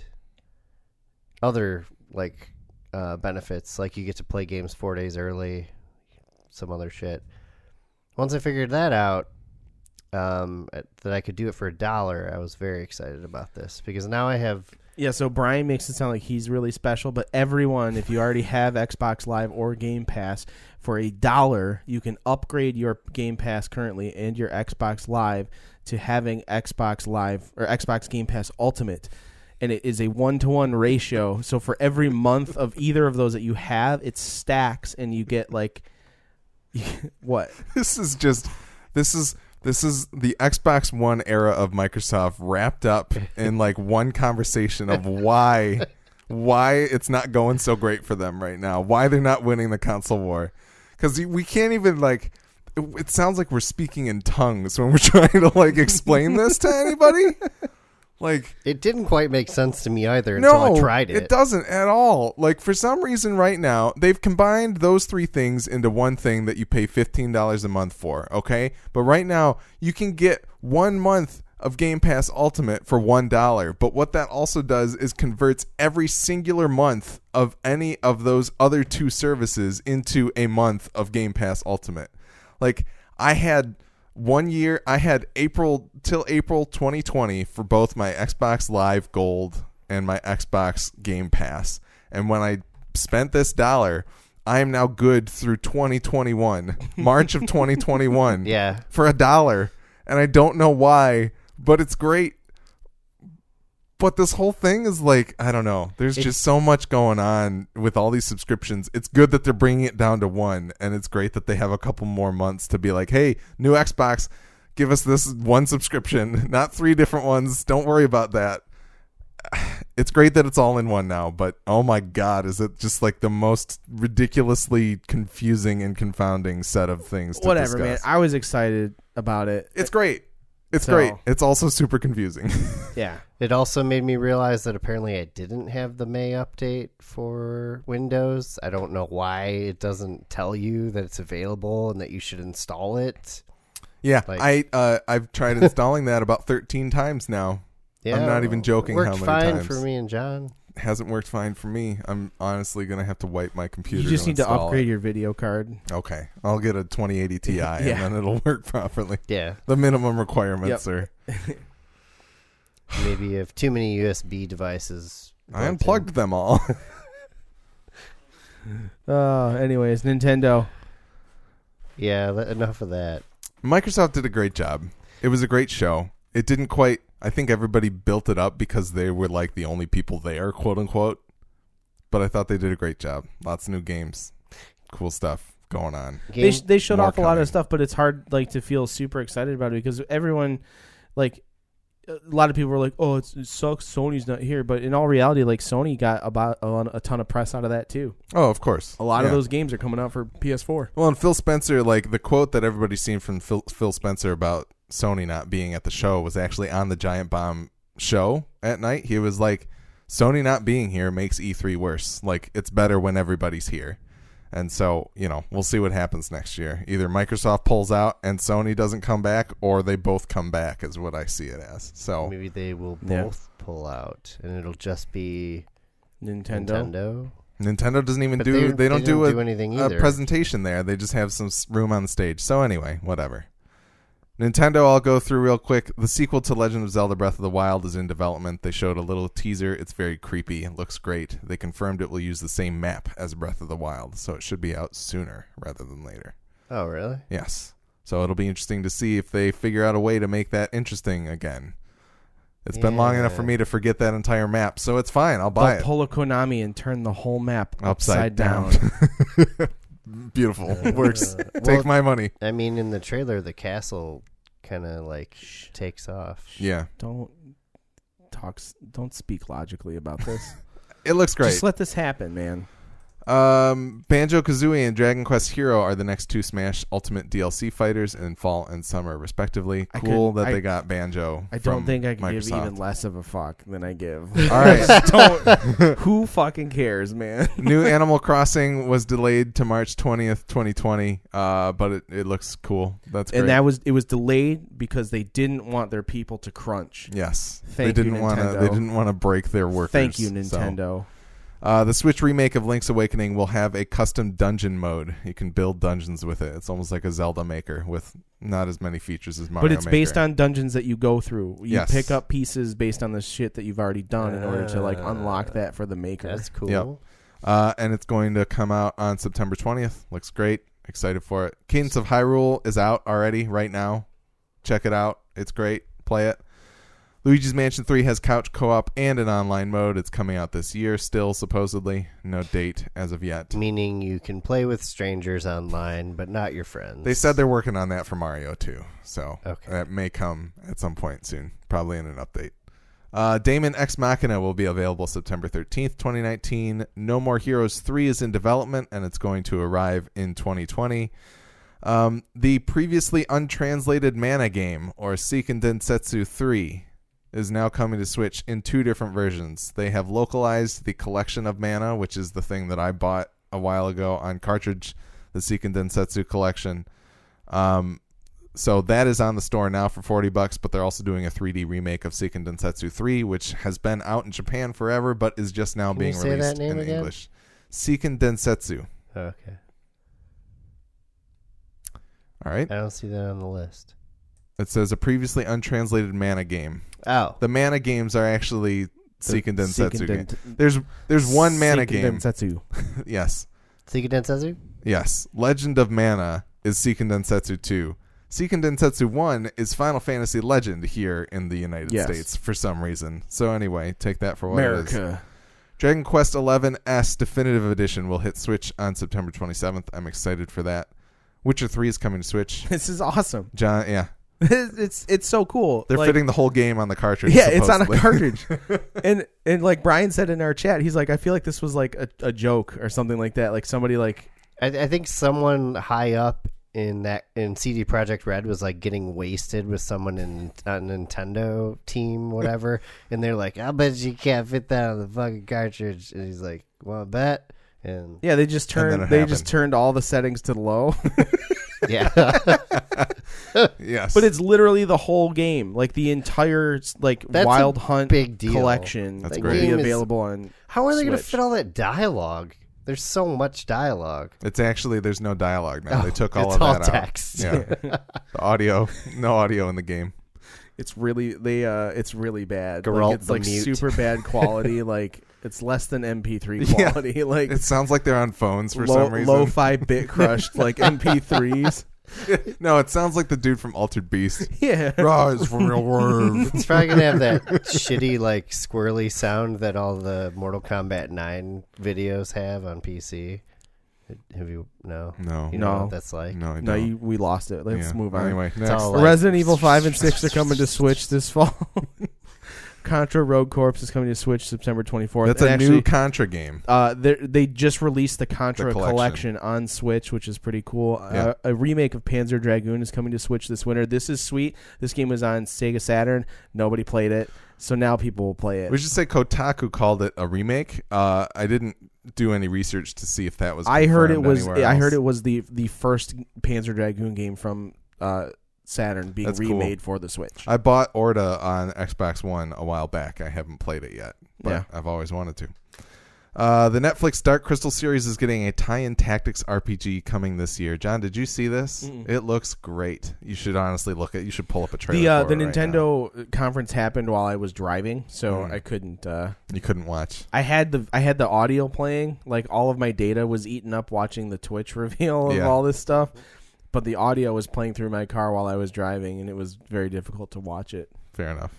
other like uh, benefits, like you get to play games four days early, some other shit. Once I figured that out, um, at- that I could do it for a dollar, I was very excited about this because now I have
Yeah, so Brian makes it sound like he's really special, but everyone, if you already have Xbox Live or Game Pass, for a dollar, you can upgrade your Game Pass currently and your Xbox Live to having Xbox Live or Xbox Game Pass Ultimate. And it is a one to one ratio. So for every month of either of those that you have, it stacks and you get like (laughs) what?
this is just this is this is the Xbox One era of Microsoft wrapped up in like one conversation of why why it's not going so great for them right now, why they're not winning the console war, because we can't even like. It it sounds like we're speaking in tongues when we're (laughs) trying to like explain this to anybody. Like,
it didn't quite make sense to me either until
no,
I tried it.
It doesn't at all. Like for some reason, right now they've combined those three things into one thing that you pay fifteen dollars a month for. Okay, but right now you can get one month of Game Pass Ultimate for one dollar. But what that also does is converts every singular month of any of those other two services into a month of Game Pass Ultimate. Like I had one year I had April till April 2020 for both my Xbox Live Gold and my Xbox Game Pass. And when I spent this dollar, I am now good through 2021, March of 2021
yeah,
for a dollar. And I don't know why, but it's great. But this whole thing is like, I don't know. There's
It-
just so much going on with all these subscriptions. It's good that they're bringing it down to one. And it's great that they have a couple more months to be like, hey, new Xbox, give us this one subscription, (laughs) not three different ones. Don't worry about that. (sighs) It's great that it's all in one now, but oh my God, is it just like the most ridiculously confusing and confounding set of things to
Whatever,
discuss?
man. I was excited about it.
It's great. It's
So-
great. It's also super confusing. (laughs)
Yeah.
it also made me realize that apparently I didn't have the May update for Windows. I don't know why it doesn't tell you that it's available and that you should install it.
yeah,
Like-
I uh, I've
(laughs)
tried installing that about 13 times now.
Yeah,
not even joking
Worked
how many
fine
times.
for me and John.
hasn't worked fine for me. I'm honestly gonna have to wipe my computer.
You just need to
install
upgrade
it.
your video card.
Okay, I'll get a 2080
(laughs)
Ti,
Yeah.
and then it'll (laughs) work properly.
Yeah,
The minimum requirements are.
maybe you have too many USB devices. built
I
in.
unplugged them all.
Uh, anyways, Nintendo.
Yeah, le- enough of that.
Microsoft did a great job. It was a great show. it didn't quite I think everybody built it up because they were like the only people there, quote unquote. But I thought they did a great job. Lots of new games. Cool stuff going on.
They,
Game,
sh- they showed
more
off a lot
coming.
of stuff, but it's hard like to feel super excited about it because everyone, like, a lot of people were like, "Oh, it's, it sucks. Sony's not here." But in all reality, like Sony got about a, a ton of press out of that too.
Oh, of course.
A lot of
Yeah.
those games are coming out for PS4.
Well, and Phil Spencer, like the quote that everybody's seen from Phil, Phil Spencer about Sony not being at the show was actually on the Giant Bomb show at night. He was like, Sony not being here makes E3 worse. Like, it's better when everybody's here. And so, you know, we'll see what happens next year. Either Microsoft pulls out and Sony doesn't come back, or they both come back, is what I see it as. So,
maybe they will
Yeah.
both pull out, and it'll just be
Nintendo.
Nintendo.
Nintendo doesn't even
But
do, they, don't do a,
anything
a
either.
presentation there. They just have some s- room on the stage. So anyway, whatever. Nintendo, I'll go through real quick. The sequel to Legend of Zelda Breath of the Wild is in development. They showed a little teaser. It's very creepy. It looks great. They confirmed it will use the same map as Breath of the Wild, so it should be out sooner rather than later.
oh,
(laughs)
really?
Yes. So it'll be interesting to see if they figure out a way to make that interesting again. It's been long enough for
Yeah.
me to forget that entire map, so it's fine. I'll buy
But
it.
pull a Konami and turn the whole map
Upside
upside, down.
(laughs)
(laughs)
Beautiful. Works.
Uh,
(laughs) Take
well,
my money.
I mean, in the trailer, the castle kind of like takes off.
Yeah.
don't talk. s- Don't speak logically about (laughs) this.
It looks great.
Just let this happen, man.
Um, Banjo Kazooie and Dragon Quest Hero are the next two Smash Ultimate DLC fighters in fall and summer, respectively.
I
Cool
could-
that
I-
they got Banjo.
I don't
from
think I can give
Microsoft.
even less of a fuck than I (laughs) give.
All right.
don't. Who fucking cares, man? (laughs)
New Animal Crossing was delayed to March twentieth, twenty twenty. Uh, but it, it looks cool. That's great.
and that was it was delayed because they didn't want their people to crunch.
yes,
Thank
they
you,
didn't wanna- They
Nintendo.
didn't want to break their workers.
Thank you,
so-
Nintendo.
Uh, the Switch remake of Link's Awakening will have a custom dungeon mode. You can build dungeons with it. It's almost like a Zelda Maker with not as many features as Mario.
but it's based
Maker.
on dungeons that you go through. You
Yes.
pick up pieces based on the shit that you've already done in order to like
Uh,
unlock that for the maker.
That's cool.
Yep. Uh, and it's going to come out on September 20th. Looks great. Excited for it. Cadence of Hyrule is out already right now. Check it out. It's great. Play it. Luigi's Mansion 3 has couch co op and an online mode. It's coming out this year, still, supposedly. No date as of yet.
Meaning you can play with strangers online, but not your friends.
They said they're working on that for Mario too, so
Okay.
that may come at some point soon, probably in an update. Uh, Damon X Machina will be available September 13th, 2019. No More Heroes 3 is in development and it's going to arrive in 2020. Um, the previously untranslated mana game, or Seiken Densetsu 3, is now coming to Switch in two different versions. They have localized the collection of mana, which is the thing that I bought a while ago on cartridge, the Seiken Densetsu collection. Um, so that is on the store now for 40 bucks, but they're also doing a 3D remake of Seiken Densetsu 3, which has been out in Japan forever, but is just now
Can
being
you say that
released
name
in
again?
English. Seiken Densetsu.
Okay.
All right.
I don't see that on the list.
It says a previously untranslated mana game.
Oh.
The mana games are actually Seiken Densetsu games.
Dent-
There's there's one mana
Seiken
game.
Densetsu.
yes.
Seiken Densetsu?
Yes. Legend of Mana is Seiken Densetsu 2. Seiken Densetsu 1 is Final Fantasy Legend here in the United
Yes.
States for some reason. So anyway, take that for what it is.
America.
Dragon Quest XI S Definitive Edition will hit Switch on September 27th. I'm excited for that. Witcher 3 is coming to Switch.
(laughs) This is awesome.
John, yeah.
it's it's so cool.
They're
Like,
fitting the whole game on the cartridge.
(laughs) Yeah, it's on a
supposedly.
cartridge. and and like Brian said in our chat, he's like, I feel like this was like a, a joke or something like that. Like somebody like
I, I think someone high up in that in CD Project Red was like getting wasted with someone in a Nintendo
(laughs)
team, whatever, and they're like, "I bet you can't fit that on the fucking cartridge," and he's like, "Well, I bet."
(laughs)
And
yeah, they just
And then
turned
it
they
happened.
just turned all the settings to low.
yeah,
(laughs)
(laughs)
Yes.
But it's literally the whole game, like the entire like
That's a
Wild Hunt
big deal.
collection
That's
will
great.
be
Game is-
available on.
how are they going to
Switch.
fit all that dialogue? There's so much dialogue.
It's actually there's no dialogue now.
Oh,
they took all
it's
of
all
that
text.
(laughs)
out. Yeah. the audio, no audio in the game.
It's really they uh it's really bad. Like,
Geralt
it's
the
like
Mute.
super bad quality. like it's less than MP3
Yeah.
quality. (laughs) Like
It sounds like they're on phones for
low,
some reason.
lo-fi bit crushed like MP3s.
no, it sounds like the dude from Altered Beast.
Yeah.
Rise from your worm.
It's probably gonna
(laughs)
have that shitty, like squirrely sound that all the Mortal Kombat Nine videos have on PC. Have you no?
No,
You know
No.
what that's like.
no, I don't.
No, you, we lost it. Let's
Yeah.
move on.
Anyway, next.
all like-
Resident Evil 5 and 6 are coming to Switch this fall. (laughs) Contra Rogue Corpse is coming to Switch September 24th.
that's
And
a new
actually,
Contra game.
uh, they're- they just released the Contra
The
collection.
collection.
on Switch, which is pretty cool.
Yeah.
Uh, a remake of Panzer Dragoon is coming to Switch this winter. This is sweet. This game was on Sega Saturn. Nobody played it, so now people will play it.
We should say Kotaku called it a remake. Uh, I didn't do any research to see if that was.
I heard it
confirmed
was.
anywhere
I heard
else.
it was the the first Panzer Dragoon game from uh, Saturn being
That's cool.
remade for the Switch.
I bought Orta on Xbox One a while back. I haven't played it yet, but
Yeah.
I've always wanted to. Uh, the Netflix Dark Crystal series is getting a tie-in tactics RPG coming this year. John, did you see this?
Mm-mm.
It looks great. You should honestly look at. You should pull up a trailer.
the uh,
for
the
it right
Nintendo conference happened while I was driving, so
Mm.
I couldn't. Uh,
now. You couldn't watch.
I had the I had the audio playing, like all of my data was eaten up watching the Twitch (laughs) reveal of
Yeah.
all this stuff, but the audio was playing through my car while I was driving, and it was very difficult to watch it.
Fair enough.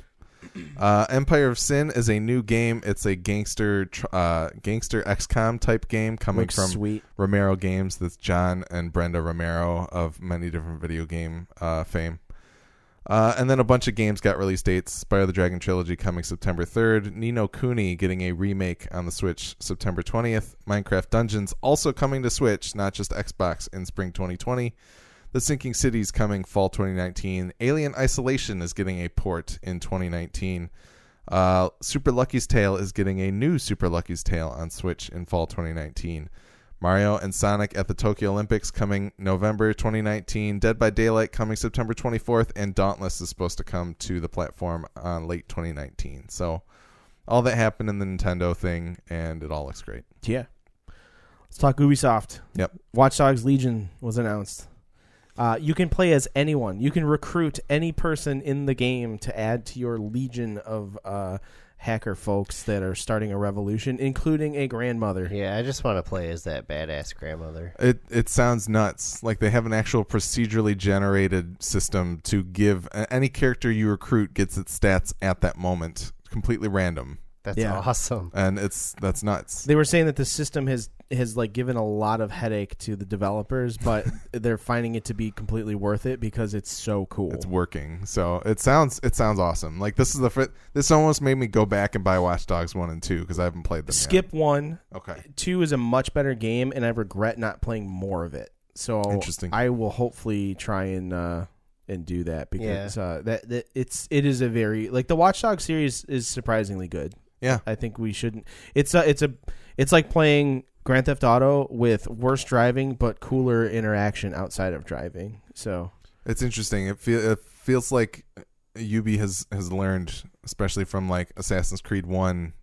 Uh, Empire of Sin is a new game. It's a gangster, tr- uh, gangster XCOM type game coming
Looks
from
sweet.
Romero Games. That's John and Brenda Romero of many different video game uh, fame. Uh, and then a bunch of games got release dates. Spyro the Dragon Trilogy coming September 3rd. Nino Cooney getting a remake on the Switch September 20th. Minecraft Dungeons also coming to Switch, not just Xbox, in spring 2020. The Sinking Cities coming fall 2019. Alien Isolation is getting a port in 2019. Uh, Super Lucky's Tale is getting a new Super Lucky's Tale on Switch in fall 2019. Mario and Sonic at the Tokyo Olympics coming November 2019. Dead by Daylight coming September 24th, and Dauntless is supposed to come to the platform on late 2019. So, all that happened in the Nintendo thing, and it all looks great.
Yeah. Let's talk Ubisoft.
Yep.
Watch Dogs Legion was announced. Uh, you can play as anyone. You can recruit any person in the game to add to your legion of uh, hacker folks that are starting a revolution, including a grandmother.
Yeah, I just want to play as that badass grandmother.
It it sounds nuts. Like they have an actual procedurally generated system to give a- any character you recruit gets its stats at that moment, completely random,
That's
Yeah.
(laughs)
awesome.
and it's that's nuts.
They were saying that the system has has like given a lot of headache to the developers, but they're finding it to be completely worth it because it's so cool.
It's working, so it sounds it sounds awesome. Like this is the fir- this almost made me go back and buy Watch Dogs one and two because I haven't played them. yet.
Skip one,
Okay.
two is a much better game, and I regret not playing more of it. So
Interesting.
I will hopefully try and uh, and do that because uh, that, that it's it is a very like the Watchdog series is surprisingly good.
Yeah.
I think we shouldn't. It's a it's a it's like playing Grand Theft Auto with worse driving but cooler interaction outside of driving. So
It's interesting. It feel it feels like UB has has learned, especially from like Assassin's Creed One.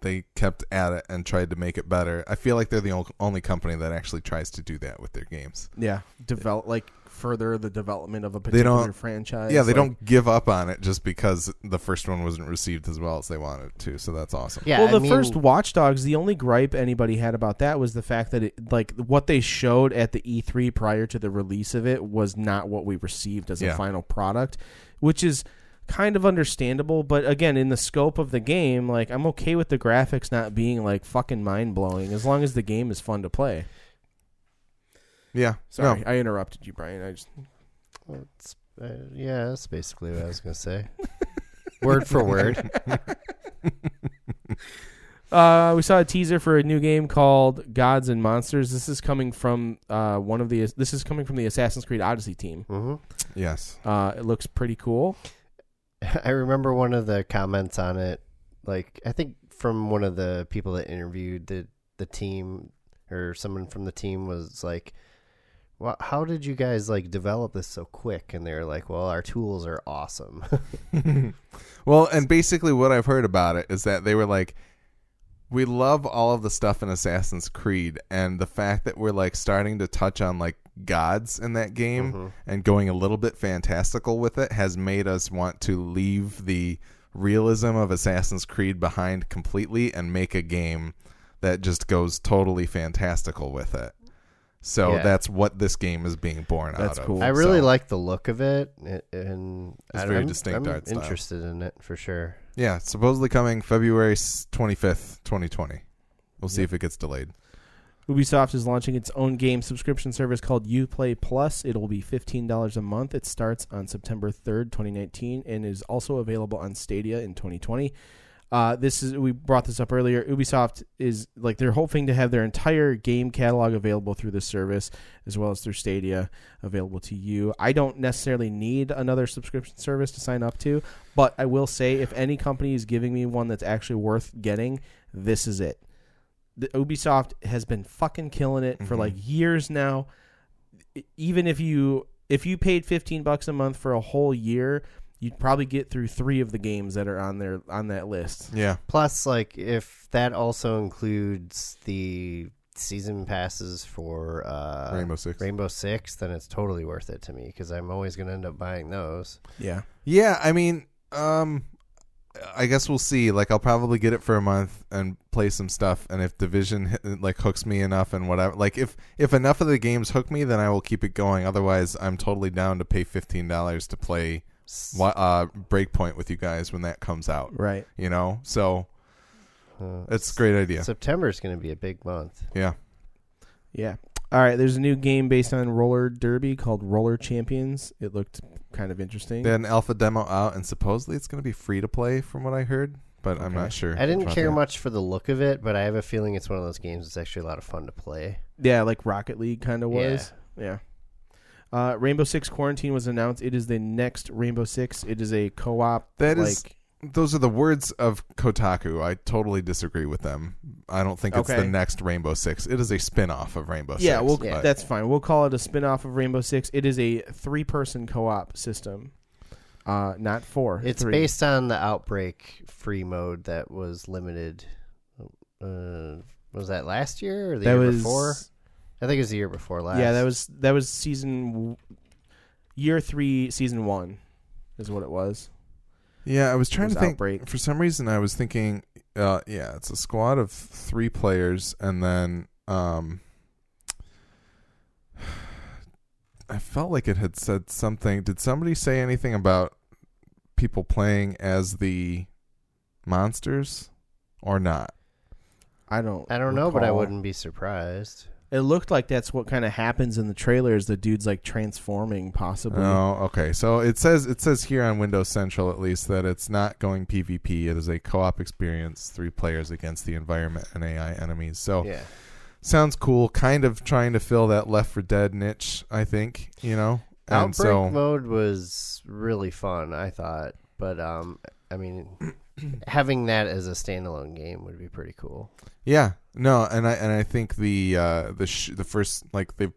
They kept at it and tried to make it better. I feel like they're the on- only company that actually tries to do that with their games.
yeah, develop like further the development of a
They don't-
particular franchise.
yeah, they
Uh, like-
don't give up on it just because the first one wasn't received as well as they wanted it to. So that's awesome.
Yeah,
well,
I
the
mean,
first Watch Dogs, the only gripe anybody had about that was the fact that it, like what they showed at the E3 prior to the release of it was not what we received as a
Yeah.
final product, which is kind of understandable. But again, in the scope of the game, like I'm okay with the graphics not being like fucking mind blowing as long as the game is fun to play.
Yeah.
Sorry,
No.
I interrupted you, Brian. I just
it's- uh, yeah, that's basically what I was gonna say. word for (laughs) word.
Uh, we saw a teaser for a new game called Gods and Monsters. This is coming from uh, one of the. This is coming from the Assassin's Creed Odyssey team.
hmm
Yes.
Uh, it looks pretty cool.
I remember one of the comments on it, like I think from one of the people that interviewed the the team or someone from the team was like, "Well, how did you guys like develop this so quick?" And they were like, "Well, our tools are awesome."
well, and basically what I've heard about it is that they were like, we love all of the stuff in Assassin's Creed, and the fact that we're like starting to touch on like gods in that game
Mm-hmm. (laughs)
and going a little bit fantastical with it has made us want to leave the realism of Assassin's Creed behind completely and make a game that just goes totally fantastical with it. So
Yeah.
that's what this game is being born
That's
out of.
cool.
I really
So,
like the look of it, a- and
It's
I-
very
I'm-
distinct
I'm
art style.
Interested in it for sure.
Yeah, it's supposedly coming February twenty fifth, twenty twenty. We'll see if it gets delayed.
Ubisoft is launching its own game subscription service called Uplay Plus. It will be $15 a month. It starts on September 3rd, 2019, and is also available on Stadia in 2020. Uh, this is we brought this up earlier. Ubisoft is like they're hoping to have their entire game catalog available through this service as well as through Stadia available to you. I don't necessarily need another subscription service to sign up to, but I will say if any company is giving me one that's actually worth getting, this is it the Ubisoft has been fucking killing it for
Mhm.
like years now. E- Even if you if you paid 15 bucks a month for a whole year, you'd probably get through 3 of the games that are on there on that list.
Yeah,
Plus, like if that also includes the season passes for uh,
Rainbow Six.
Rainbow Six, then it's totally worth it to me because I'm always going to end up buying those.
Yeah.
Yeah, I mean, um, I guess we'll see. Like, I'll probably get it for a month and play some stuff. And if Division hit- like hooks me enough and whatever, like if if enough of the games hook me, then I will keep it going. Otherwise, I'm totally down to pay fifteen dollars to play
S-
wa- uh, Breakpoint with you guys when that comes out.
Right.
You know, so
uh,
it's a great idea.
September is going to be a big month.
Yeah,
Yeah. All right, there's a new game based on roller derby called Roller Champions. It looked kind of interesting.
they had an alpha demo out, and supposedly it's going to be free to play, from what I heard. But I'm
Okay.
not sure.
I didn't
about
care
that.
much for the look of it, but I have a feeling it's one of those games that's actually a lot of fun to play.
Yeah, like Rocket League kind of
Yeah.
was. Yeah. Uh, Rainbow Six Quarantine was announced. It is the next Rainbow Six. It is a co-op
That
like
is those are the words of Kotaku. I totally disagree with them. I don't think it's
Okay.
the next Rainbow Six. It is a spin off of Rainbow
yeah,
Six.
we'll,
Yeah.
but
that's fine. We'll call it a spin-off of Rainbow Six. It is a three-person co-op system, uh, not four.
It's
three.
based on the outbreak free mode that was limited. Uh, was that last year or the
that
year
was
before? I think it was the year before last.
yeah, that was that was season w- year three, season one, is what it was.
yeah, I was trying
was
to think.
Outbreak.
For some reason, I was thinking, uh, yeah, it's a squad of three players, and then um, (sighs) I felt like it had said something. Did somebody say anything about people playing as the monsters or not?
I don't.
I don't know, but I
recall.
wouldn't be surprised.
It looked like that's what kind of happens in the trailers. The dude's like transforming, possibly.
Oh, okay. So it says it says here on Windows Central at least that it's not going PvP. It is a co-op experience, three players against the environment and AI enemies. So
Yeah.
sounds cool. Kind of trying to fill that Left for Dead niche, I think. You know, and
outbreak
so
mode was really fun, I thought, but um, I mean, (clears throat) having that as a standalone game would be pretty cool.
yeah, no, and I and I think the uh, the sh- the first like they.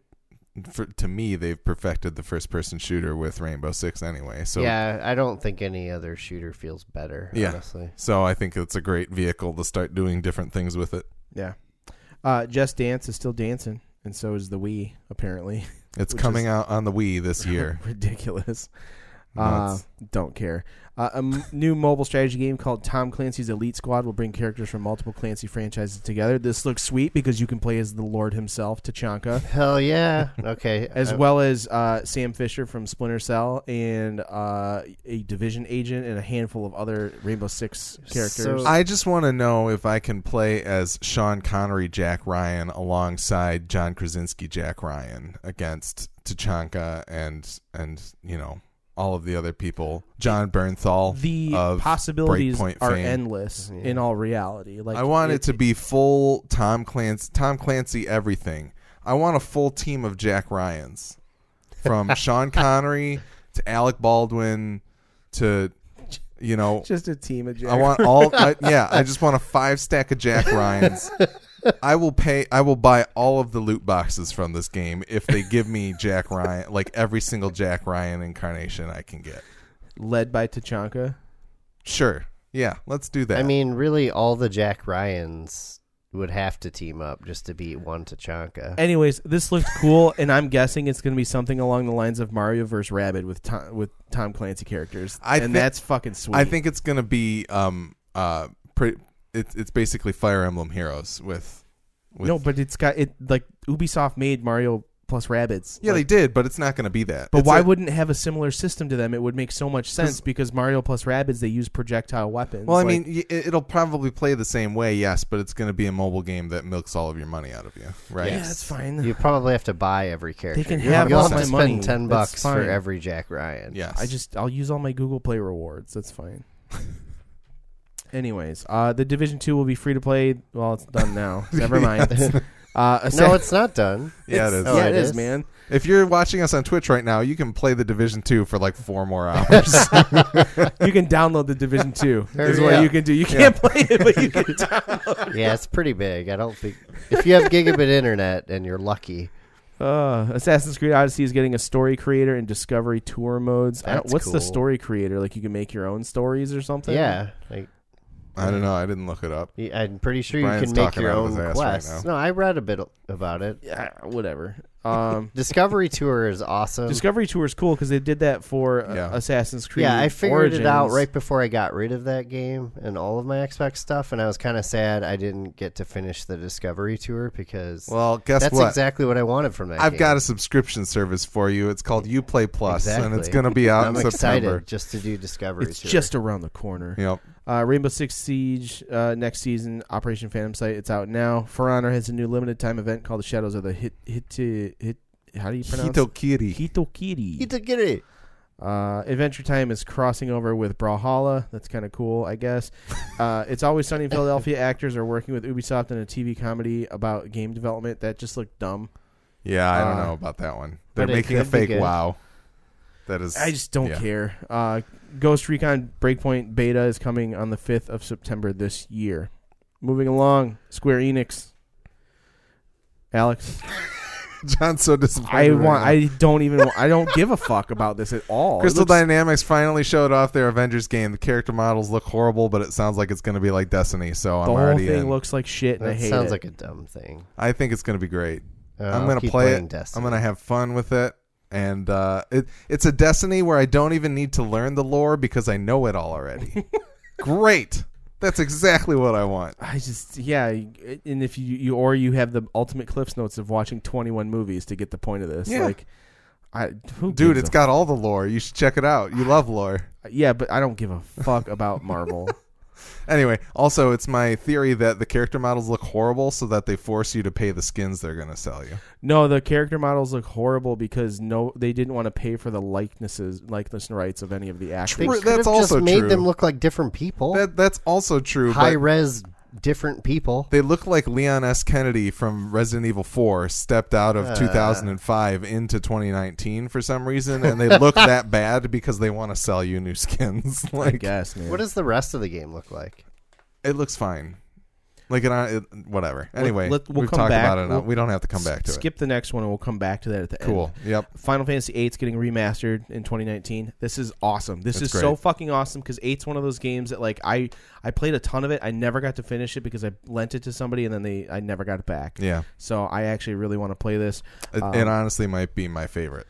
For, to me, they've perfected the first-person shooter with Rainbow Six, anyway. So,
yeah, I don't think any other shooter feels better.
Yeah.
honestly.
so I think it's a great vehicle to start doing different things with it.
Yeah. Uh, Just Dance is still dancing, and so is the Wii. Apparently,
It's
Which
coming
is-
out on the Wii this year.
(laughs) ridiculous.
Nuts.
Uh, don't care. Uh, a m- new mobile strategy game called Tom Clancy's Elite Squad will bring characters from multiple Clancy franchises together. This looks sweet because you can play as the Lord himself,
(laughs)
Tachanka,
Hell yeah. Okay.
as
I-
well as uh, Sam Fisher from Splinter Cell and uh, a Division agent and a handful of other Rainbow Six characters.
So-
I just want to know if I can play as Sean Connery Jack Ryan alongside John Krasinski Jack Ryan against Tachanka and and you know all of the other people. John Bernthal.
the
of
possibilities
Breakpoint
are
fame.
endless
Yeah.
in all reality. Like
I want it to be full Tom Clancy Tom Clancy everything. I want a full team of Jack Ryans
(laughs)
from Sean Connery to Alec Baldwin to you know
just a team of. Jack
I want all. I, yeah, I just want a five stack of Jack Ryan's. I will pay. I will buy all of the loot boxes from this game if they give me Jack Ryan, like every single Jack Ryan incarnation I can get.
led by Tachanka.
Sure. Yeah, let's do that.
I mean, really, all the Jack Ryans would have to team up just to beat one Tachanka.
Anyways, this looked cool, and I'm guessing it's going to be something along the lines of Mario vs. Rabbit with Tom, with Tom Clancy characters,
I
and
thi-
that's fucking sweet.
I think it's gonna be um uh pretty. It's it's basically Fire Emblem Heroes with with
no, but it's got it like Ubisoft made Mario plus Rabbids.
Yeah,
Like,
they did, but it's not going to be that.
but
It's
why
a-
wouldn't it have a similar system to them? It would make so much sense
'Cause-
because Mario plus Rabbids they use projectile weapons.
Well, I
Like,
mean, y- it- it'll probably play the same way, yes, but it's going to be a mobile game that milks all of your money out of you, right?
yeah, that's fine.
You probably have to buy every character.
can
You'll
have
you'll
all
have to
my money.
spend ten
That's
bucks
fine.
for every Jack Ryan.
Yes.
I just I'll use all my Google Play rewards. That's fine. (laughs) Anyways, uh, the Division Two will be free to play. Well, it's done now.
(laughs)
Never mind. Uh,
No, it's not done.
yeah, it is.
Oh,
yeah,
it
it is,
is?
man.
If you're watching us on Twitch right now, you can play the Division Two for like four more (laughs) hours.
You can download the Division Two.
(laughs) There
is
you
what
go.
you can do. You can't play it, but
(laughs)
you can.
Yeah, it's pretty big. I don't think if you have gigabit internet and you're lucky.
Uh, Assassin's Creed Odyssey is getting a story creator and discovery tour modes. I don't-
That's
what's the
cool.
story creator? Like you can make your own stories or something.
Yeah, like
I don't know. I didn't look it up.
y- I'm pretty sure
Brian's
you can make
talking
your
out of his
own
ass right
quests. no, I read a bit o- about it.
Yeah, whatever.
(laughs)
Um,
Discovery Tour is awesome.
discovery tour is cool because they did that for uh,
Yeah.
Assassin's Creed.
Um, yeah, I figured it out
Origins.
right before I got rid of that game and all of my Xbox stuff, and I was kind of sad I didn't get to finish the Discovery Tour because
Well, guess
that's
what?
exactly what I wanted from that.
I've
game.
got a subscription service for you. It's called UPlay Plus, and it's
Exactly.
going to be out
I'm
in September.
excited just to do Discovery
It's
Tour.
just around the corner.
Yep.
Uh, Rainbow Six Siege uh, next season, Operation Phantom Sight. It's out now. For Honor has a new limited time event called the Shadows of the Hit Hit Hit. How do you pronounce it?
Hitokiri.
Hitokiri.
Itagiri.
Uh, Adventure Time is crossing over with Brawlhalla. That's kind of cool, I
(laughs)
guess. Uh, it's always sunny in Philadelphia. Actors are working with Ubisoft on a TV comedy about game development. That just looked dumb.
Yeah, I don't
Uh,
know about that one. They're
Ah. but it
making a
could be
fake
good.
WoW. That is. (laughs)
I just don't
yeah.
care. Uh, Ghost Recon Breakpoint Beta is coming on the 5th of September this year. Moving along, Square Enix. Alex,
John's so
I
disappointed. right
want.
now.
I don't even. I don't give a fuck about this at all. It
Crystal
looks-
Dynamics finally showed off their Avengers game. The character models look horrible, but it sounds like it's going to be like Destiny. So I'm
the whole
already
thing
in.
looks like shit, and I
That
hate
sounds
it.
like a dumb thing.
I think it's going to be great.
Uh,
I'm
I'll
gonna
keep
play
playing
it.
Destiny.
I'm going to have fun with it, and uh, it it's a Destiny where I don't even need to learn the lore because I know it all already. great. That's exactly what I want.
I just yeah, eh, and if you, you or you have the ultimate cliffs notes of watching 21 movies to get the point of this.
Yeah.
Like I who
Dude,
gives
it's
a-
got all the lore. You should check it out. You love lore.
Yeah, but I don't give a fuck
(laughs)
about Marvel.
Anyway, also, it's my theory that the character models look horrible so that they force you to pay the skins they're going to sell you.
No, the character models look horrible because no they didn't want to pay for the likenesses likeness rights of any of the
They
actors.
True.
could
that's
have
also
just made
true.
them look like different people.
That that's also true.
High
but
res, different people.
they look like Leon S. Kennedy from Resident Evil 4 stepped out
Ah.
of 2005 into 2019 for some reason, and they
(laughs)
look that bad because they want to sell you new skins.
I
like
guess, man.
What does the rest of the game look like?
it looks fine. Like it, it whatever. Anyway,
let- we'll
we've
come
talked
back.
about it. Now.
We'll
we don't have to come back to
Skip the next one and we'll come back to that at the
it.
end.
Cool. Yep.
Final Fantasy VIII's getting remastered in 2019. This is awesome. This
That's
is so
great.
fucking awesome because eight's one of those games that like I I played a ton of it. I never got to finish it because I lent it to somebody and then they I never got it back.
Yeah.
So I actually really want to play this.
It,
Um,
it honestly might be my favorite.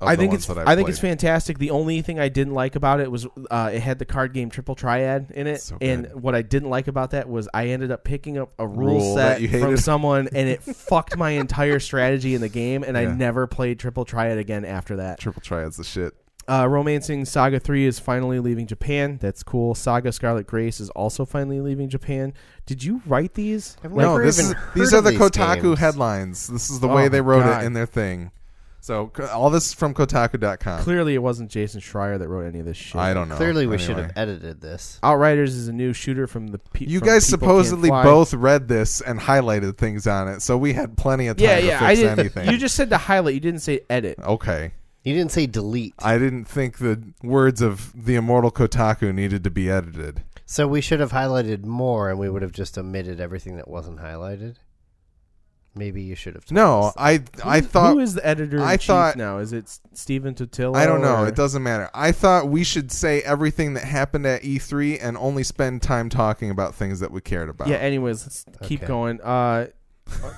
of
I
the
think
ones
it's
that
I
I've
think it's
played.
fantastic. The only thing I didn't like about it was uh, it had the card game Triple Triad in it,
So
and
good.
what I didn't like about that was I ended up picking up a rule,
Rule that
set
you
from
hated. (laughs)
someone, and it fucked my entire strategy in the game, and I
Yeah.
never played Triple Triad again after that.
Triple Triad's the shit.
Uh, Romancing Saga 3 is finally leaving Japan. That's cool. Saga Scarlet Grace is also finally leaving Japan. Did you write these?
I've
Like,
no,
never
this
even
is,
heard
these
of
are the
these
Kotaku
games.
headlines. This is the
Oh
way they
my
wrote
God.
it in their thing. So c- all this is from Kotaku.com.
clearly it wasn't Jason Schreier that wrote any of this shit.
I don't know.
Clearly, we
Anyway.
should have edited this.
Outriders is a new shooter from the pe-
You
from
guys
People Can't
supposedly
Fly.
both read this and highlighted things on it, so we had plenty of time
Yeah,
to
yeah. I
fix
didn't,
anything.
You just said to highlight. You didn't say edit.
okay.
You didn't say delete,
I didn't think the words of the immortal Kotaku needed to be edited.
so we should have highlighted more, and we would have just omitted everything that wasn't highlighted. Maybe you should have. told
No,
us.
I I
Who-
thought
who is the editor
I
in chief
thought-
now? Is it S- Steven Totillo?
I don't know.
or-
It doesn't matter. I thought we should say everything that happened at E3 and only spend time talking about things that we cared about.
Yeah. Anyways, let's keep
Okay.
going. Uh,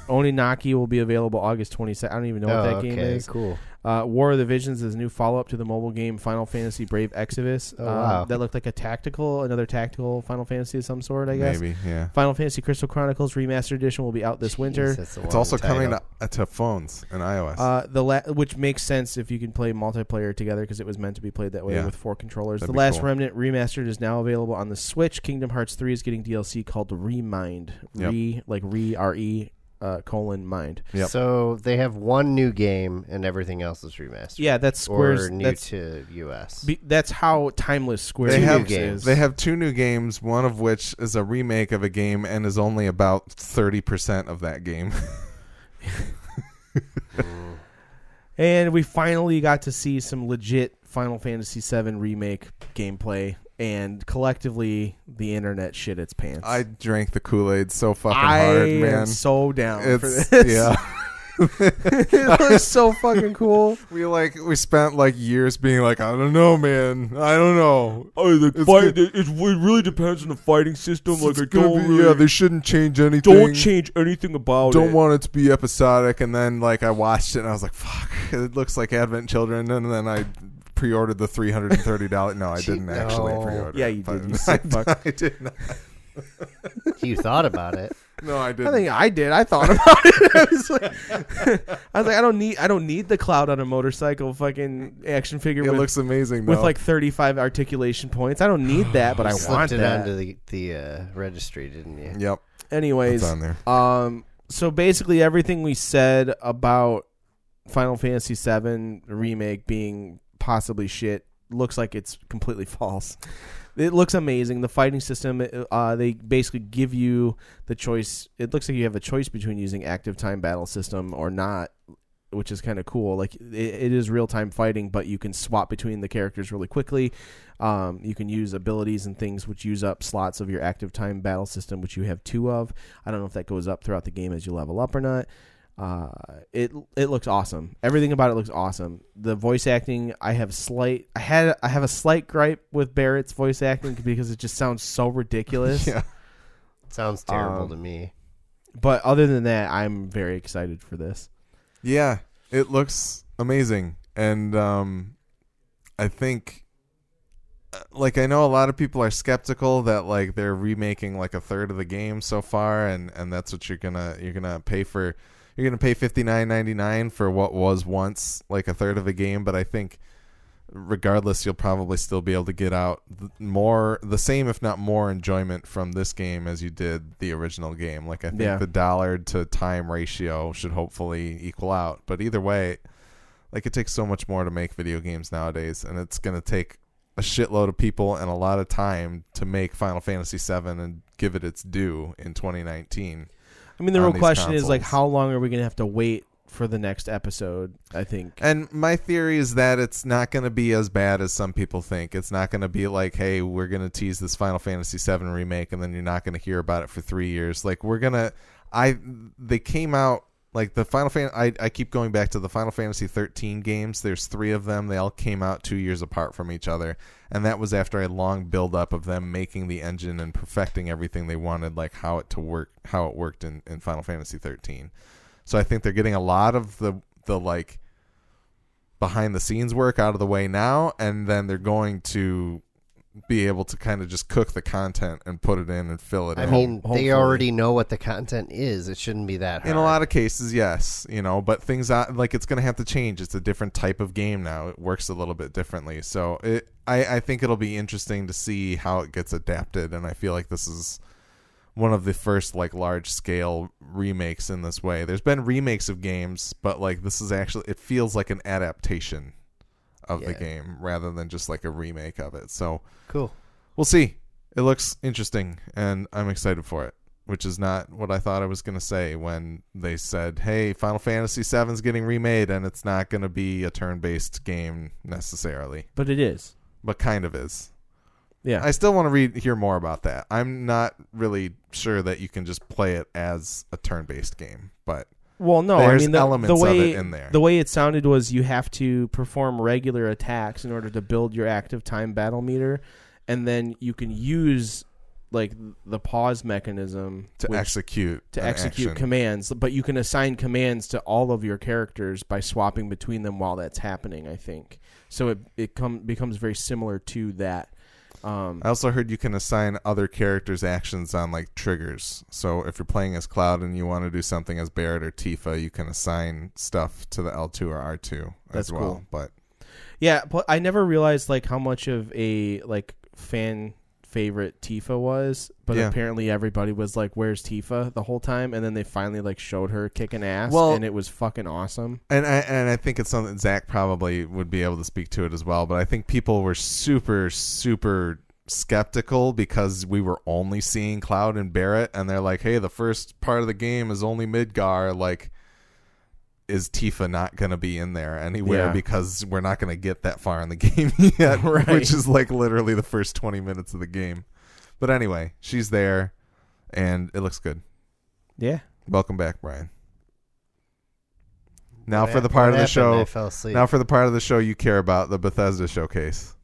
Oninaki will be available August 22nd. I don't even know
Oh,
what that
okay,
game is.
cool.
Uh, War of the Visions is a new follow up to the mobile game Final Fantasy Brave Exodus.
Oh,
um,
wow.
That looked like a tactical, another tactical Final Fantasy of some sort, I guess.
Maybe, yeah.
Final Fantasy Crystal Chronicles Remastered Edition will be out this winter.
Jeez, that's a
It's
long
also coming
title.
to, to phones and iOS.
Uh, the la- which makes sense if you can play multiplayer together because it was meant to be played that way
Yeah.
with four controllers.
That'd
the
be
Last
cool.
Remnant remastered is now available on the Switch. Kingdom Hearts three is getting DLC called Remind.
Yep.
Re like re r e uh, colon mind.
Yep.
So they have one new game and everything else is remastered.
Yeah, that's
or
Square's.
new
That's
to US.
be, that's how timeless Square
They have-
Enix is.
they have two new games, one of which is a remake of a game and is only about 30% of that game. (laughs)
Mm.
And we finally got to see some legit Final Fantasy VII remake gameplay, and collectively, the internet shit its pants.
I drank the Kool Aid so fucking
I
hard,
am
man.
so down for
it's
this.
yeah.
(laughs) it looks so fucking cool.
We like we spent like years being like, I don't know, man. I don't know.
Oh, the
It's
fight.
good.
It, it really depends on the fighting system. like, I
It's gonna
don't
be-
really,
yeah, they shouldn't change anything.
don't change anything about
Don't
it.
want it to be episodic. And then like I watched it and I was like, fuck, it looks like Advent Children. And then I pre-ordered the three hundred and thirty dollars. No, I didn't actually
No.
pre-order.
Yeah,
it,
you
but
did, you sick fuck.
(laughs) I did not.
you thought
(laughs)
about it.
No, I
I
didn't.
think I did. I thought about it. (laughs) I was like, I was like, I don't need, I don't need the cloud on a motorcycle fucking action figure
it
with,
looks amazing.
with
though.
like 35 articulation points. I don't need that,
(sighs)
but I
Slipped
want
it
that.
onto the the uh, registry, didn't you?
yep, it's
Anyways,
on there.
(laughs) Um, so basically, everything we said about Final Fantasy VII remake being possibly shit looks like it's completely (laughs) false. It looks amazing. The fighting system, uh, they basically give you the choice. It looks like you have a choice between using active time battle system or not, which is kind of cool. Like it, it is real time fighting, but you can swap between the characters really quickly. Um, you can use abilities and things which use up slots of your active time battle system, which you have two of. I don't know if that goes up throughout the game as you level up or not. Uh, it it looks awesome. Everything about it looks awesome. The voice acting, I have slight, I had, I have a slight gripe with Barrett's voice acting because it just sounds so ridiculous.
(laughs) Yeah,
Sounds terrible
Um,
to me.
But other than that, I'm very excited for this.
yeah, it looks amazing, and um, I think, uh, like, I know a lot of people are skeptical that like they're remaking like a third of the game so far, and and that's what you're gonna you're gonna pay for. You're gonna pay fifty nine ninety nine for what was once like a third of a game, but I think regardless, you'll probably still be able to get out th- more, the same if not more enjoyment from this game as you did the original game. Like I think
Yeah.
the dollar to time ratio should hopefully equal out. But either way, like it takes so much more to make video games nowadays, and it's gonna take a shitload of people and a lot of time to make Final Fantasy VII and give it its due in 2019.
I mean, the
On
real
these
question is like,
consoles.
how long are we gonna have to wait for the next episode? I think.
And my theory is that it's not going to be as bad as some people think. It's not going to be like, hey, we're going to tease this Final Fantasy VII remake, and then you're not going to hear about it for three years. Like we're gonna, I they came out like the Final Fan. I I keep going back to the Final Fantasy 13 games. There's three of them. They all came out two years apart from each other, and that was after a long build up of them making the engine and perfecting everything they wanted, like how it to work, how it worked in in Final Fantasy 13. So I think they're getting a lot of the the like behind the scenes work out of the way now and then they're going to be able to kind of just cook the content and put it in and fill it
I
in.
mean,
hopefully.
they already know what the content is. It shouldn't be that hard.
in a lot of cases yes you know but things out like it's going to have to change it's a different type of game now it works a little bit differently so it I, I think it'll be interesting to see how it gets adapted and i feel like this is one of the first like large scale remakes in this way there's been remakes of games but like this is actually it feels like an adaptation of the
Yeah.
game rather than just like a remake of it so
cool.
we'll see. It looks interesting, and I'm excited for it. Which is not what I thought I was going to say when they said, "Hey, Final Fantasy VII's getting remade, and it's not going to be a turn-based game necessarily,
But it is.
but kind of is."
Yeah.
I still want to read hear more about that. I'm not really sure that you can just play it as a turn-based game, but
Well, no,
There's
I mean the,
elements
the
of
way
it in there.
the way it sounded was you have to perform regular attacks in order to build your active time battle meter, and then you can use like the pause mechanism
to
which-
execute
to
an
execute
action.
commands, but you can assign commands to all of your characters by swapping between them while that's happening. I think so. It it come, becomes very similar to that. Um,
I also heard you can assign other characters' actions on like triggers. So if you're playing as Cloud and you want to do something as Barrett or Tifa, you can assign stuff to the L2 or R2
That's
as well.
cool.
But
yeah, but I never realized like how much of a like fan favorite Tifa was, but
Yeah.
apparently everybody was like, "Where's Tifa?" the whole time, and then they finally like showed her kicking ass,
Well-
and it was fucking awesome.
and I and I think it's something Zach probably would be able to speak to it as well. But I think people were super super skeptical because we were only seeing Cloud and Barrett, and they're like, "Hey, the first part of the game is only Midgar." Like, is Tifa not going to be in there anywhere
Yeah.
because we're not going to get that far in the (laughs) game
(laughs)
yet,
Right.
which is like literally the first twenty minutes of the game. But anyway, she's there, and it looks good.
(laughs) Yeah,
Welcome back, Brian. Now
What
for the
hap-
part of
what
the
happened?
show.
I fell asleep.
Now for the part of the show you care about, the Bethesda showcase.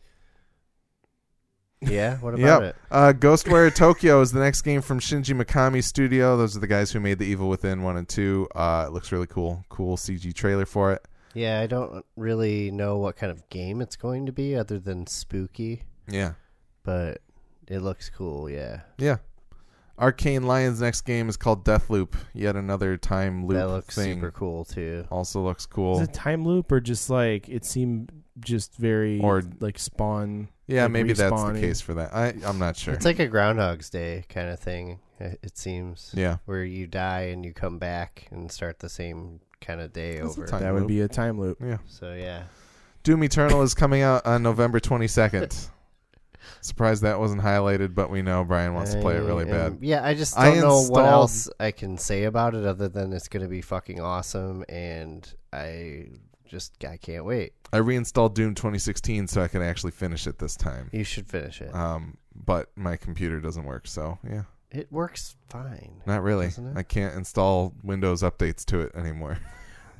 (laughs) yeah, what
(laughs) Yep.
about it?
Uh,
(laughs)
Ghostwire Tokyo is the next game from Shinji Mikami Studio. Those are the guys who made The Evil Within one and two. Uh, it looks really cool. Cool CG trailer for it.
Yeah, I don't really know what kind of game it's going to be other than spooky,
Yeah,
but it looks cool. Yeah,
yeah. Arcane Lions' next game is called Deathloop. Yet another time loop
that looks
thing.
super cool too.
Also looks cool.
is it time loop or just like it seemed just very
Or-
like spawn?
yeah,
like
maybe that's the
respawning?
case for that. I I'm not sure.
It's like a Groundhog's Day kind of thing. uh, It seems
yeah,
where you die and you come back and start the same kind of day
That's a
over.
time
That would
loop.
be a time loop.
yeah.
So yeah,
Doom Eternal is coming out on November 22nd. (laughs) Surprised that wasn't highlighted, but we know Brian wants to play it really
I
bad.
am- Yeah, I just don't
I
know
installed-
what else I can say about it other than it's going to be fucking awesome, and I just I can't wait.
I reinstalled Doom 2016 so I could actually finish it this time.
You should finish it.
Um, but my computer doesn't work, so yeah,
it works fine.
not really.
Doesn't it?
I can't install Windows updates to it anymore.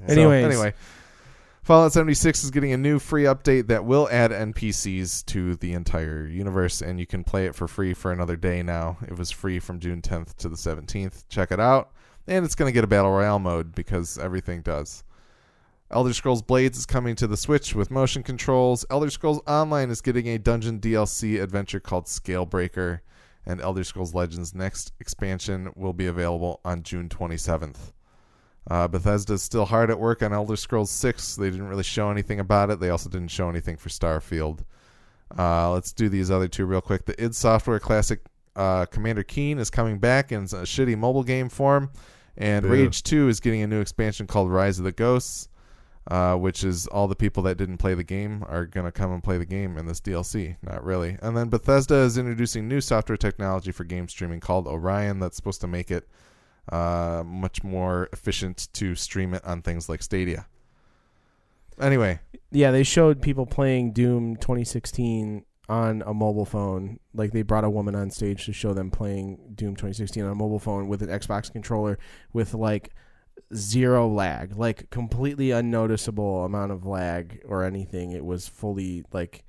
So,
Anyways.
anyway, Fallout 76 is getting a new free update that will add NPCs to the entire universe, and you can play it for free for another day now. It was free from June 10th to the 17th. Check it out. And it's going to get a Battle Royale mode because everything does. Elder Scrolls Blades is coming to the Switch with motion controls. Elder Scrolls Online is getting a dungeon DLC adventure called Scalebreaker. And Elder Scrolls Legends' next expansion will be available on June 27th. Uh, Bethesda's still hard at work on Elder Scrolls 6. They didn't really show anything about it. They also didn't show anything for Starfield. Uh, let's do these other two real quick. The id Software Classic uh, Commander Keen is coming back in a shitty mobile game form. And
Boo.
Rage 2 is getting a new expansion called Rise of the Ghosts, uh, which is all the people that didn't play the game are going to come and play the game in this DLC. Not really. And then Bethesda is introducing new software technology for game streaming called Orion that's supposed to make it uh, much more efficient to stream it on things like Stadia. Anyway,
Yeah, they showed people playing Doom 2016 on a mobile phone. Like they brought a woman on stage to show them playing Doom 2016 on a mobile phone with an Xbox controller with like zero lag, like completely unnoticeable amount of lag or anything. It was fully like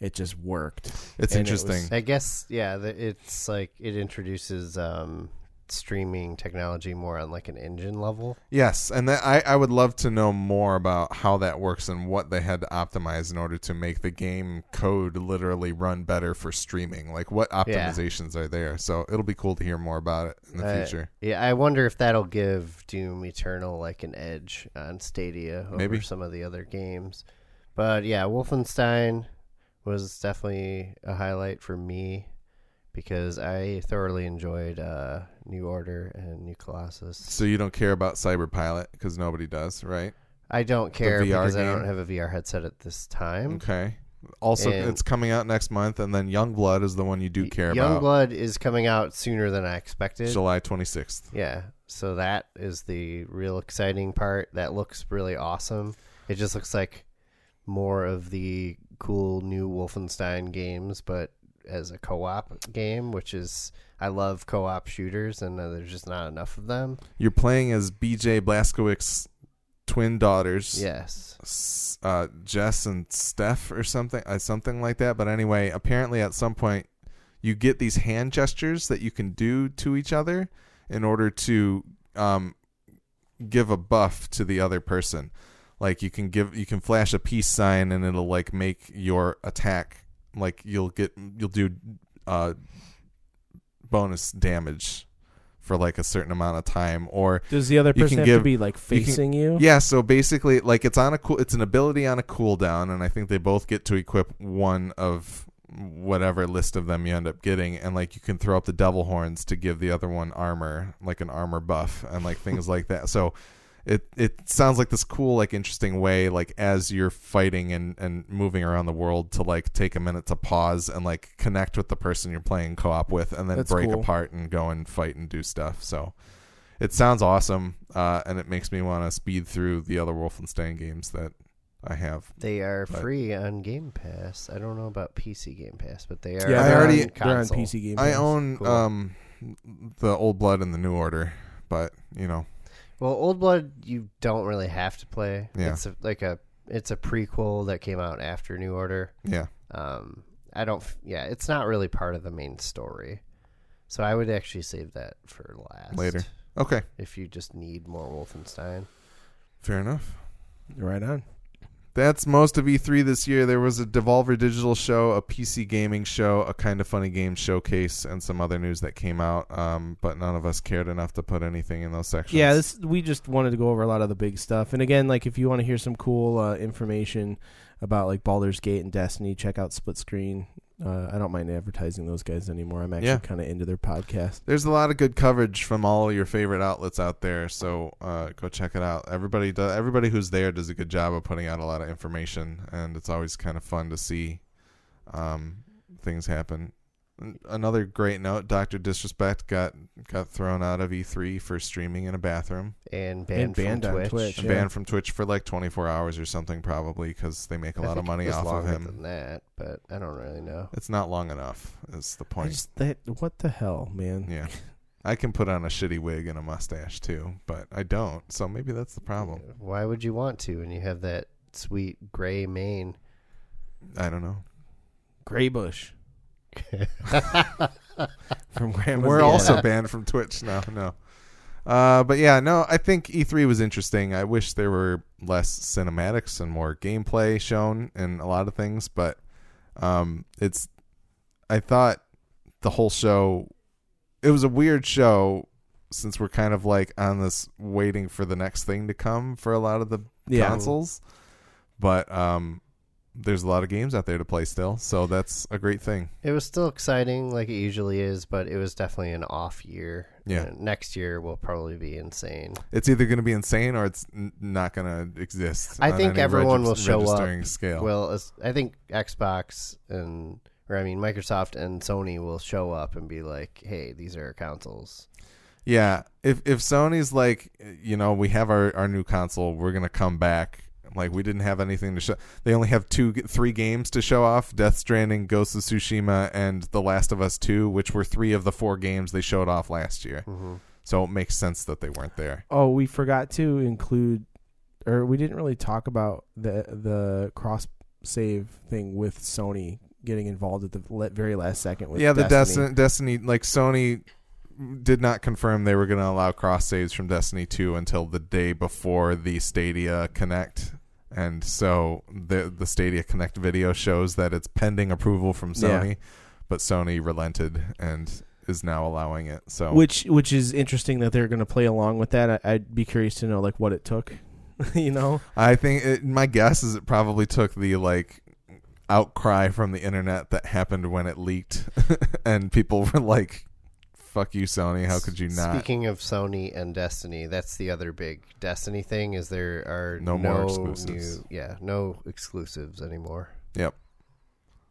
it just worked.
it's
And it was-
interesting.
I guess yeah, the- it's like it introduces um, streaming technology more on like an engine level.
yes, and that, I I would love to know more about how that works and what they had to optimize in order to make the game code literally run better for streaming. Like what optimizations are there? So it'll be cool to hear more about it in the
Uh,
future.
Yeah, I wonder if that'll give Doom Eternal like an edge on Stadia over
Maybe.
some of the other games. But yeah, Wolfenstein was definitely a highlight for me because I thoroughly enjoyed uh, New Order and New Colossus.
So you don't care about Cyberpilot because nobody does, right?
I don't care
VR
because I
game?
don't have a VR headset at this
Mm-hmm.
time.
Okay. Also,
And-
it's coming out next month, and then Youngblood is the one you do care about.
Youngblood is coming out sooner than I expected.
July twenty sixth.
Yeah, so that is the real exciting part. That looks really awesome. It just looks like more of the cool new Wolfenstein games, but as a co-op game, which is I love co-op shooters, and uh, there's just not enough of them.
You're playing as BJ Blazkowicz's twin daughters,
Yes,
S- uh, Jess and Steph, or something, uh, something like that. But anyway, apparently at some point, you get these hand gestures that you can do to each other in order to um, give a buff to the other person. Like you can give you can flash a peace sign and it'll like make your attack like you'll get you'll do uh, bonus damage for like a certain amount of time or
Does the other
can
person have
give-
to be like
you can-
facing you?
yeah, so basically, like it's on a cool, it's an ability on a cooldown, and I think they both get to equip one of whatever list of them you end up getting, and like you can throw up the devil horns to give the other one armor, like an armor buff, and like things like that. So it it sounds like this cool, like interesting way, like as you're fighting and and moving around the world, to like take a minute to pause and like connect with the person you're playing co-op with, and then
That's
break
cool.
apart and go and fight and do stuff. So it sounds awesome, uh, and it makes me want to speed through the other Wolfenstein games that I have.
They are
But-
free on Game Pass. I don't know about PC Game Pass, but they are.
Yeah,
I
they're
already-
on,
on
they're on
console.
PC Game
I
Pass.
own
Cool.
um, the Old Blood and the New Order, but you know,
Well, Old Blood, you don't really have to play.
Yeah.
It's a, like a it's a prequel that came out after New Order.
yeah,
Um, I don't. f- Yeah, it's not really part of the main story. So I would actually save that for last.
Later. okay,
If you just need more Wolfenstein.
fair enough.
Right on.
That's most of E3 this year. There was a Devolver Digital show, a PC gaming show, a kind of funny game showcase, and some other news that came out. Um, but none of us cared enough to put anything in those sections.
Yeah, this we just wanted to go over a lot of the big stuff. And again, like if you want to hear some cool uh, information about like Baldur's Gate and Destiny, check out Split Screen. Uh, I don't mind advertising those guys anymore. I'm actually
Yeah.
kind of into their podcast.
there's a lot of good coverage from all your favorite outlets out there. So uh, go check it out. Everybody does. Everybody who's there does a good job of putting out a lot of information, and it's always kind of fun to see um, things happen. An- Another great note: Doctor Disrespect got got thrown out of E3 for streaming in a bathroom
And banned,
banned
from
on
Twitch.
Twitch.
and
Yeah.
banned from Twitch for like 24 hours or something, probably because they make a
I
lot of
think it
money
was
off of
longer
him.
Than that, but I don't really know.
It's not long enough. Is the
I
point?
just that what the hell, man?
Yeah.
(laughs)
(laughs)
I can put on a shitty wig and a mustache too, but I don't. So maybe that's the problem.
Why would you want to? And you have that sweet
(laughs)
gray mane.
I don't know.
Graybush
(laughs)
from Grandma's.
We're
Inn.
also banned from Twitch now. No. Uh, but yeah, no, I think E3 was interesting. I wish there were less cinematics and more gameplay shown in a lot of things, but um, it's. I thought the whole show. It was a weird show since we're kind of like on this waiting for the next thing to come for a lot of the
(laughs) yeah.
consoles. But um, there's a lot of games out there to play still, so that's a great thing.
It was still exciting, like it usually is, but it was definitely an off year.
Yeah.
Uh, next year will probably be insane.
It's either going to be insane or it's n- not going to exist.
I
on
think
any
everyone will show up.
registering Scale.
Well, as- I think Xbox and, or I mean, Microsoft and Sony will show up and be like, "Hey, these are our consoles."
yeah. If if Sony's like, you know, we have our our new console, we're going to come back. Like we didn't have anything to show. They only have two, three games to show off: Death Stranding, Ghost of Tsushima, and The Last of Us Two, which were three of the four games they showed off last year.
Mm-hmm.
So it makes sense that they weren't there.
Oh, we forgot to include, or we didn't really talk about the the cross save thing with Sony getting involved at the le- very last second with
yeah, the
Destiny.
Destiny, Destiny, like Sony did not confirm they were going to allow cross saves from Destiny 2 until the day before the Stadia Connect. And so the the Stadia Connect video shows that it's pending approval from
Yeah.
Sony, but Sony relented and is now allowing it. So
which which is interesting that they're going to play along with that. I, I'd be curious to know like what it took, (laughs) you know.
I think it, my guess is it probably took the like outcry from the internet that happened when it leaked (laughs) and people were like fuck you Sony, how could you not?
Speaking of Sony and Destiny, that's the other big Destiny thing. Is there are
No
no,
more exclusives.
New, yeah, no exclusives anymore.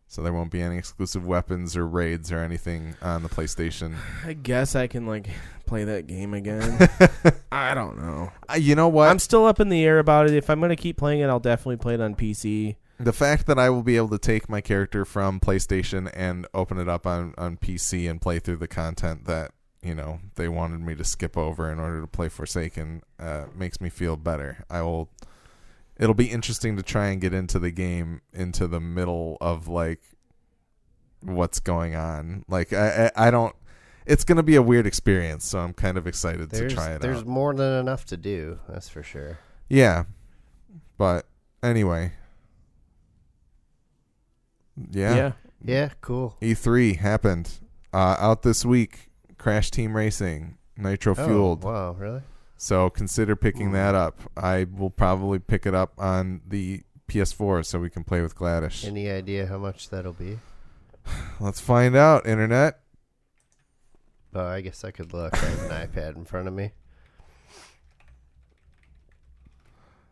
So there won't be any exclusive weapons or raids or anything on the PlayStation.
I guess I can like play that game again. (laughs)
(laughs)
I don't know.
Uh, you know what?
I'm still up in the air about it. If I'm going to keep playing it, I'll definitely play it on PC.
the fact that I will be able to take my character from PlayStation and open it up on, on PC and play through the content that, you know, they wanted me to skip over in order to play Forsaken uh, makes me feel better. I will. It'll be interesting to try and get into the game into the middle of like what's going on. Like I, I, I don't. It's gonna be a weird experience, so I'm kind of excited
There's,
to try it
there's
out.
more than enough to do. That's for sure.
Yeah, but anyway. Yeah. Mm.
Yeah, cool.
E3 happened uh, out this week. Crash Team Racing, Nitro Fueled.
Oh, wow, really?
So consider picking that up. I will probably pick it up on the PS4 so we can play with Gladish.
Any idea how much that'll be?
Let's find out, internet.
Oh, I guess I could look. I have an iPad in front of me.
(laughs)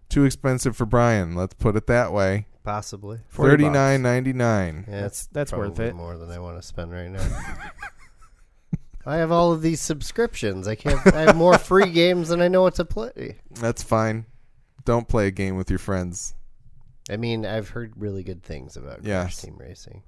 Too expensive for Brian. Let's put it that way.
Possibly.
40
Thirty
bucks.
nine ninety nine.
Yeah,
That's-
it's
that's worth
probably
it.
More than I want to spend right now. (laughs) I have all of these subscriptions. I can't. I have
(laughs)
more free games than I know what to play.
That's fine. Don't play a game with your friends.
I mean, I've heard really good things about Crash
Yes.
Team Racing.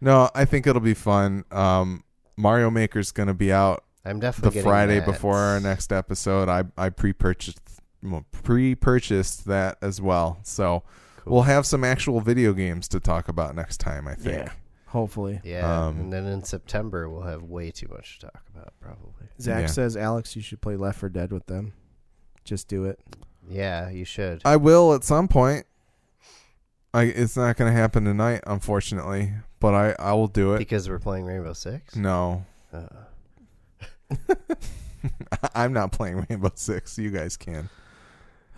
No, I think it'll be fun. Um, Mario Maker's gonna be out
I'm definitely
the
getting
Friday
that.
before our next episode. I I pre-purchased well, pre-purchased that as well. So
Cool.
we'll have some actual video games to talk about next time. I think.
Yeah. Hopefully,
Yeah,
um,
and then in September we'll have way too much to talk about, probably.
Zach
Yeah.
says Alex, you should play Left for Dead with them. Just do it.
Yeah, you should.
I will at some point. I it's not going to happen tonight, unfortunately, but I I will do it.
because we're playing Rainbow Six.
No, (laughs)
Uh,
I'm not playing Rainbow Six. You guys can.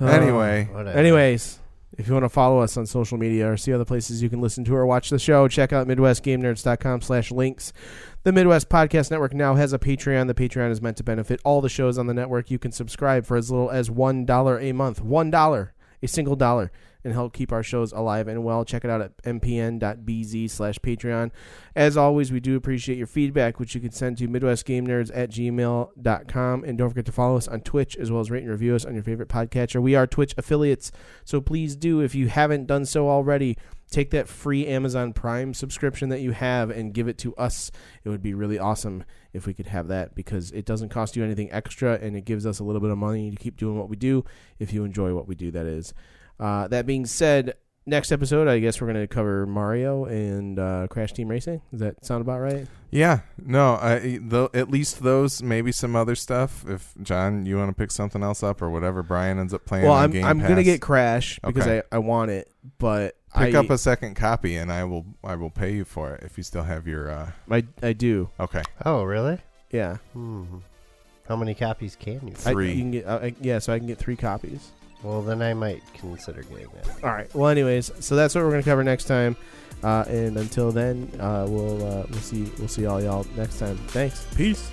anyway,
oh, whatever.
Anyways, if you want to follow us on social media or see other places you can listen to or watch the show, check out MidwestGameNerds.com slash links. The Midwest Podcast Network now has a Patreon. The Patreon is meant to benefit all the shows on the network. You can subscribe for as little as $1 a month. $1, a single dollar, and help keep our shows alive and well. Check it out at mpn.bz slash Patreon. As always, we do appreciate your feedback, which you can send to MidwestGameNerds at gmail.com. And don't forget to follow us on Twitch as well as rate and review us on your favorite podcatcher. We are Twitch affiliates, so please do, if you haven't done so already, take that free Amazon Prime subscription that you have and give it to us. It would be really awesome if we could have that because it doesn't cost you anything extra and it gives us a little bit of money to keep doing what we do if you enjoy what we do, that is. Uh, that being said, next episode, I guess we're going to cover Mario and uh, Crash Team Racing. Does that sound about right?
yeah, no, I though at least those maybe some other stuff. If John, you want to pick something else up or whatever, Brian ends up playing.
well,
on
I'm,
Game
I'm going to
Pass,
get Crash because
Okay.
I, I want it, but
pick
I,
up a second copy, and I will I will pay you for it if you still have your. uh
I, I do.
Okay,
Oh, really?
Yeah.
Hmm. How many copies can you?
I-
Three.
you can get, uh, I- yeah, so I can get three copies.
Well, then I might consider getting that.
All right. Well, anyways, so that's what we're gonna cover next time. Uh, and until then, uh, we'll uh, we'll see we'll see all y'all next time. Thanks. Peace.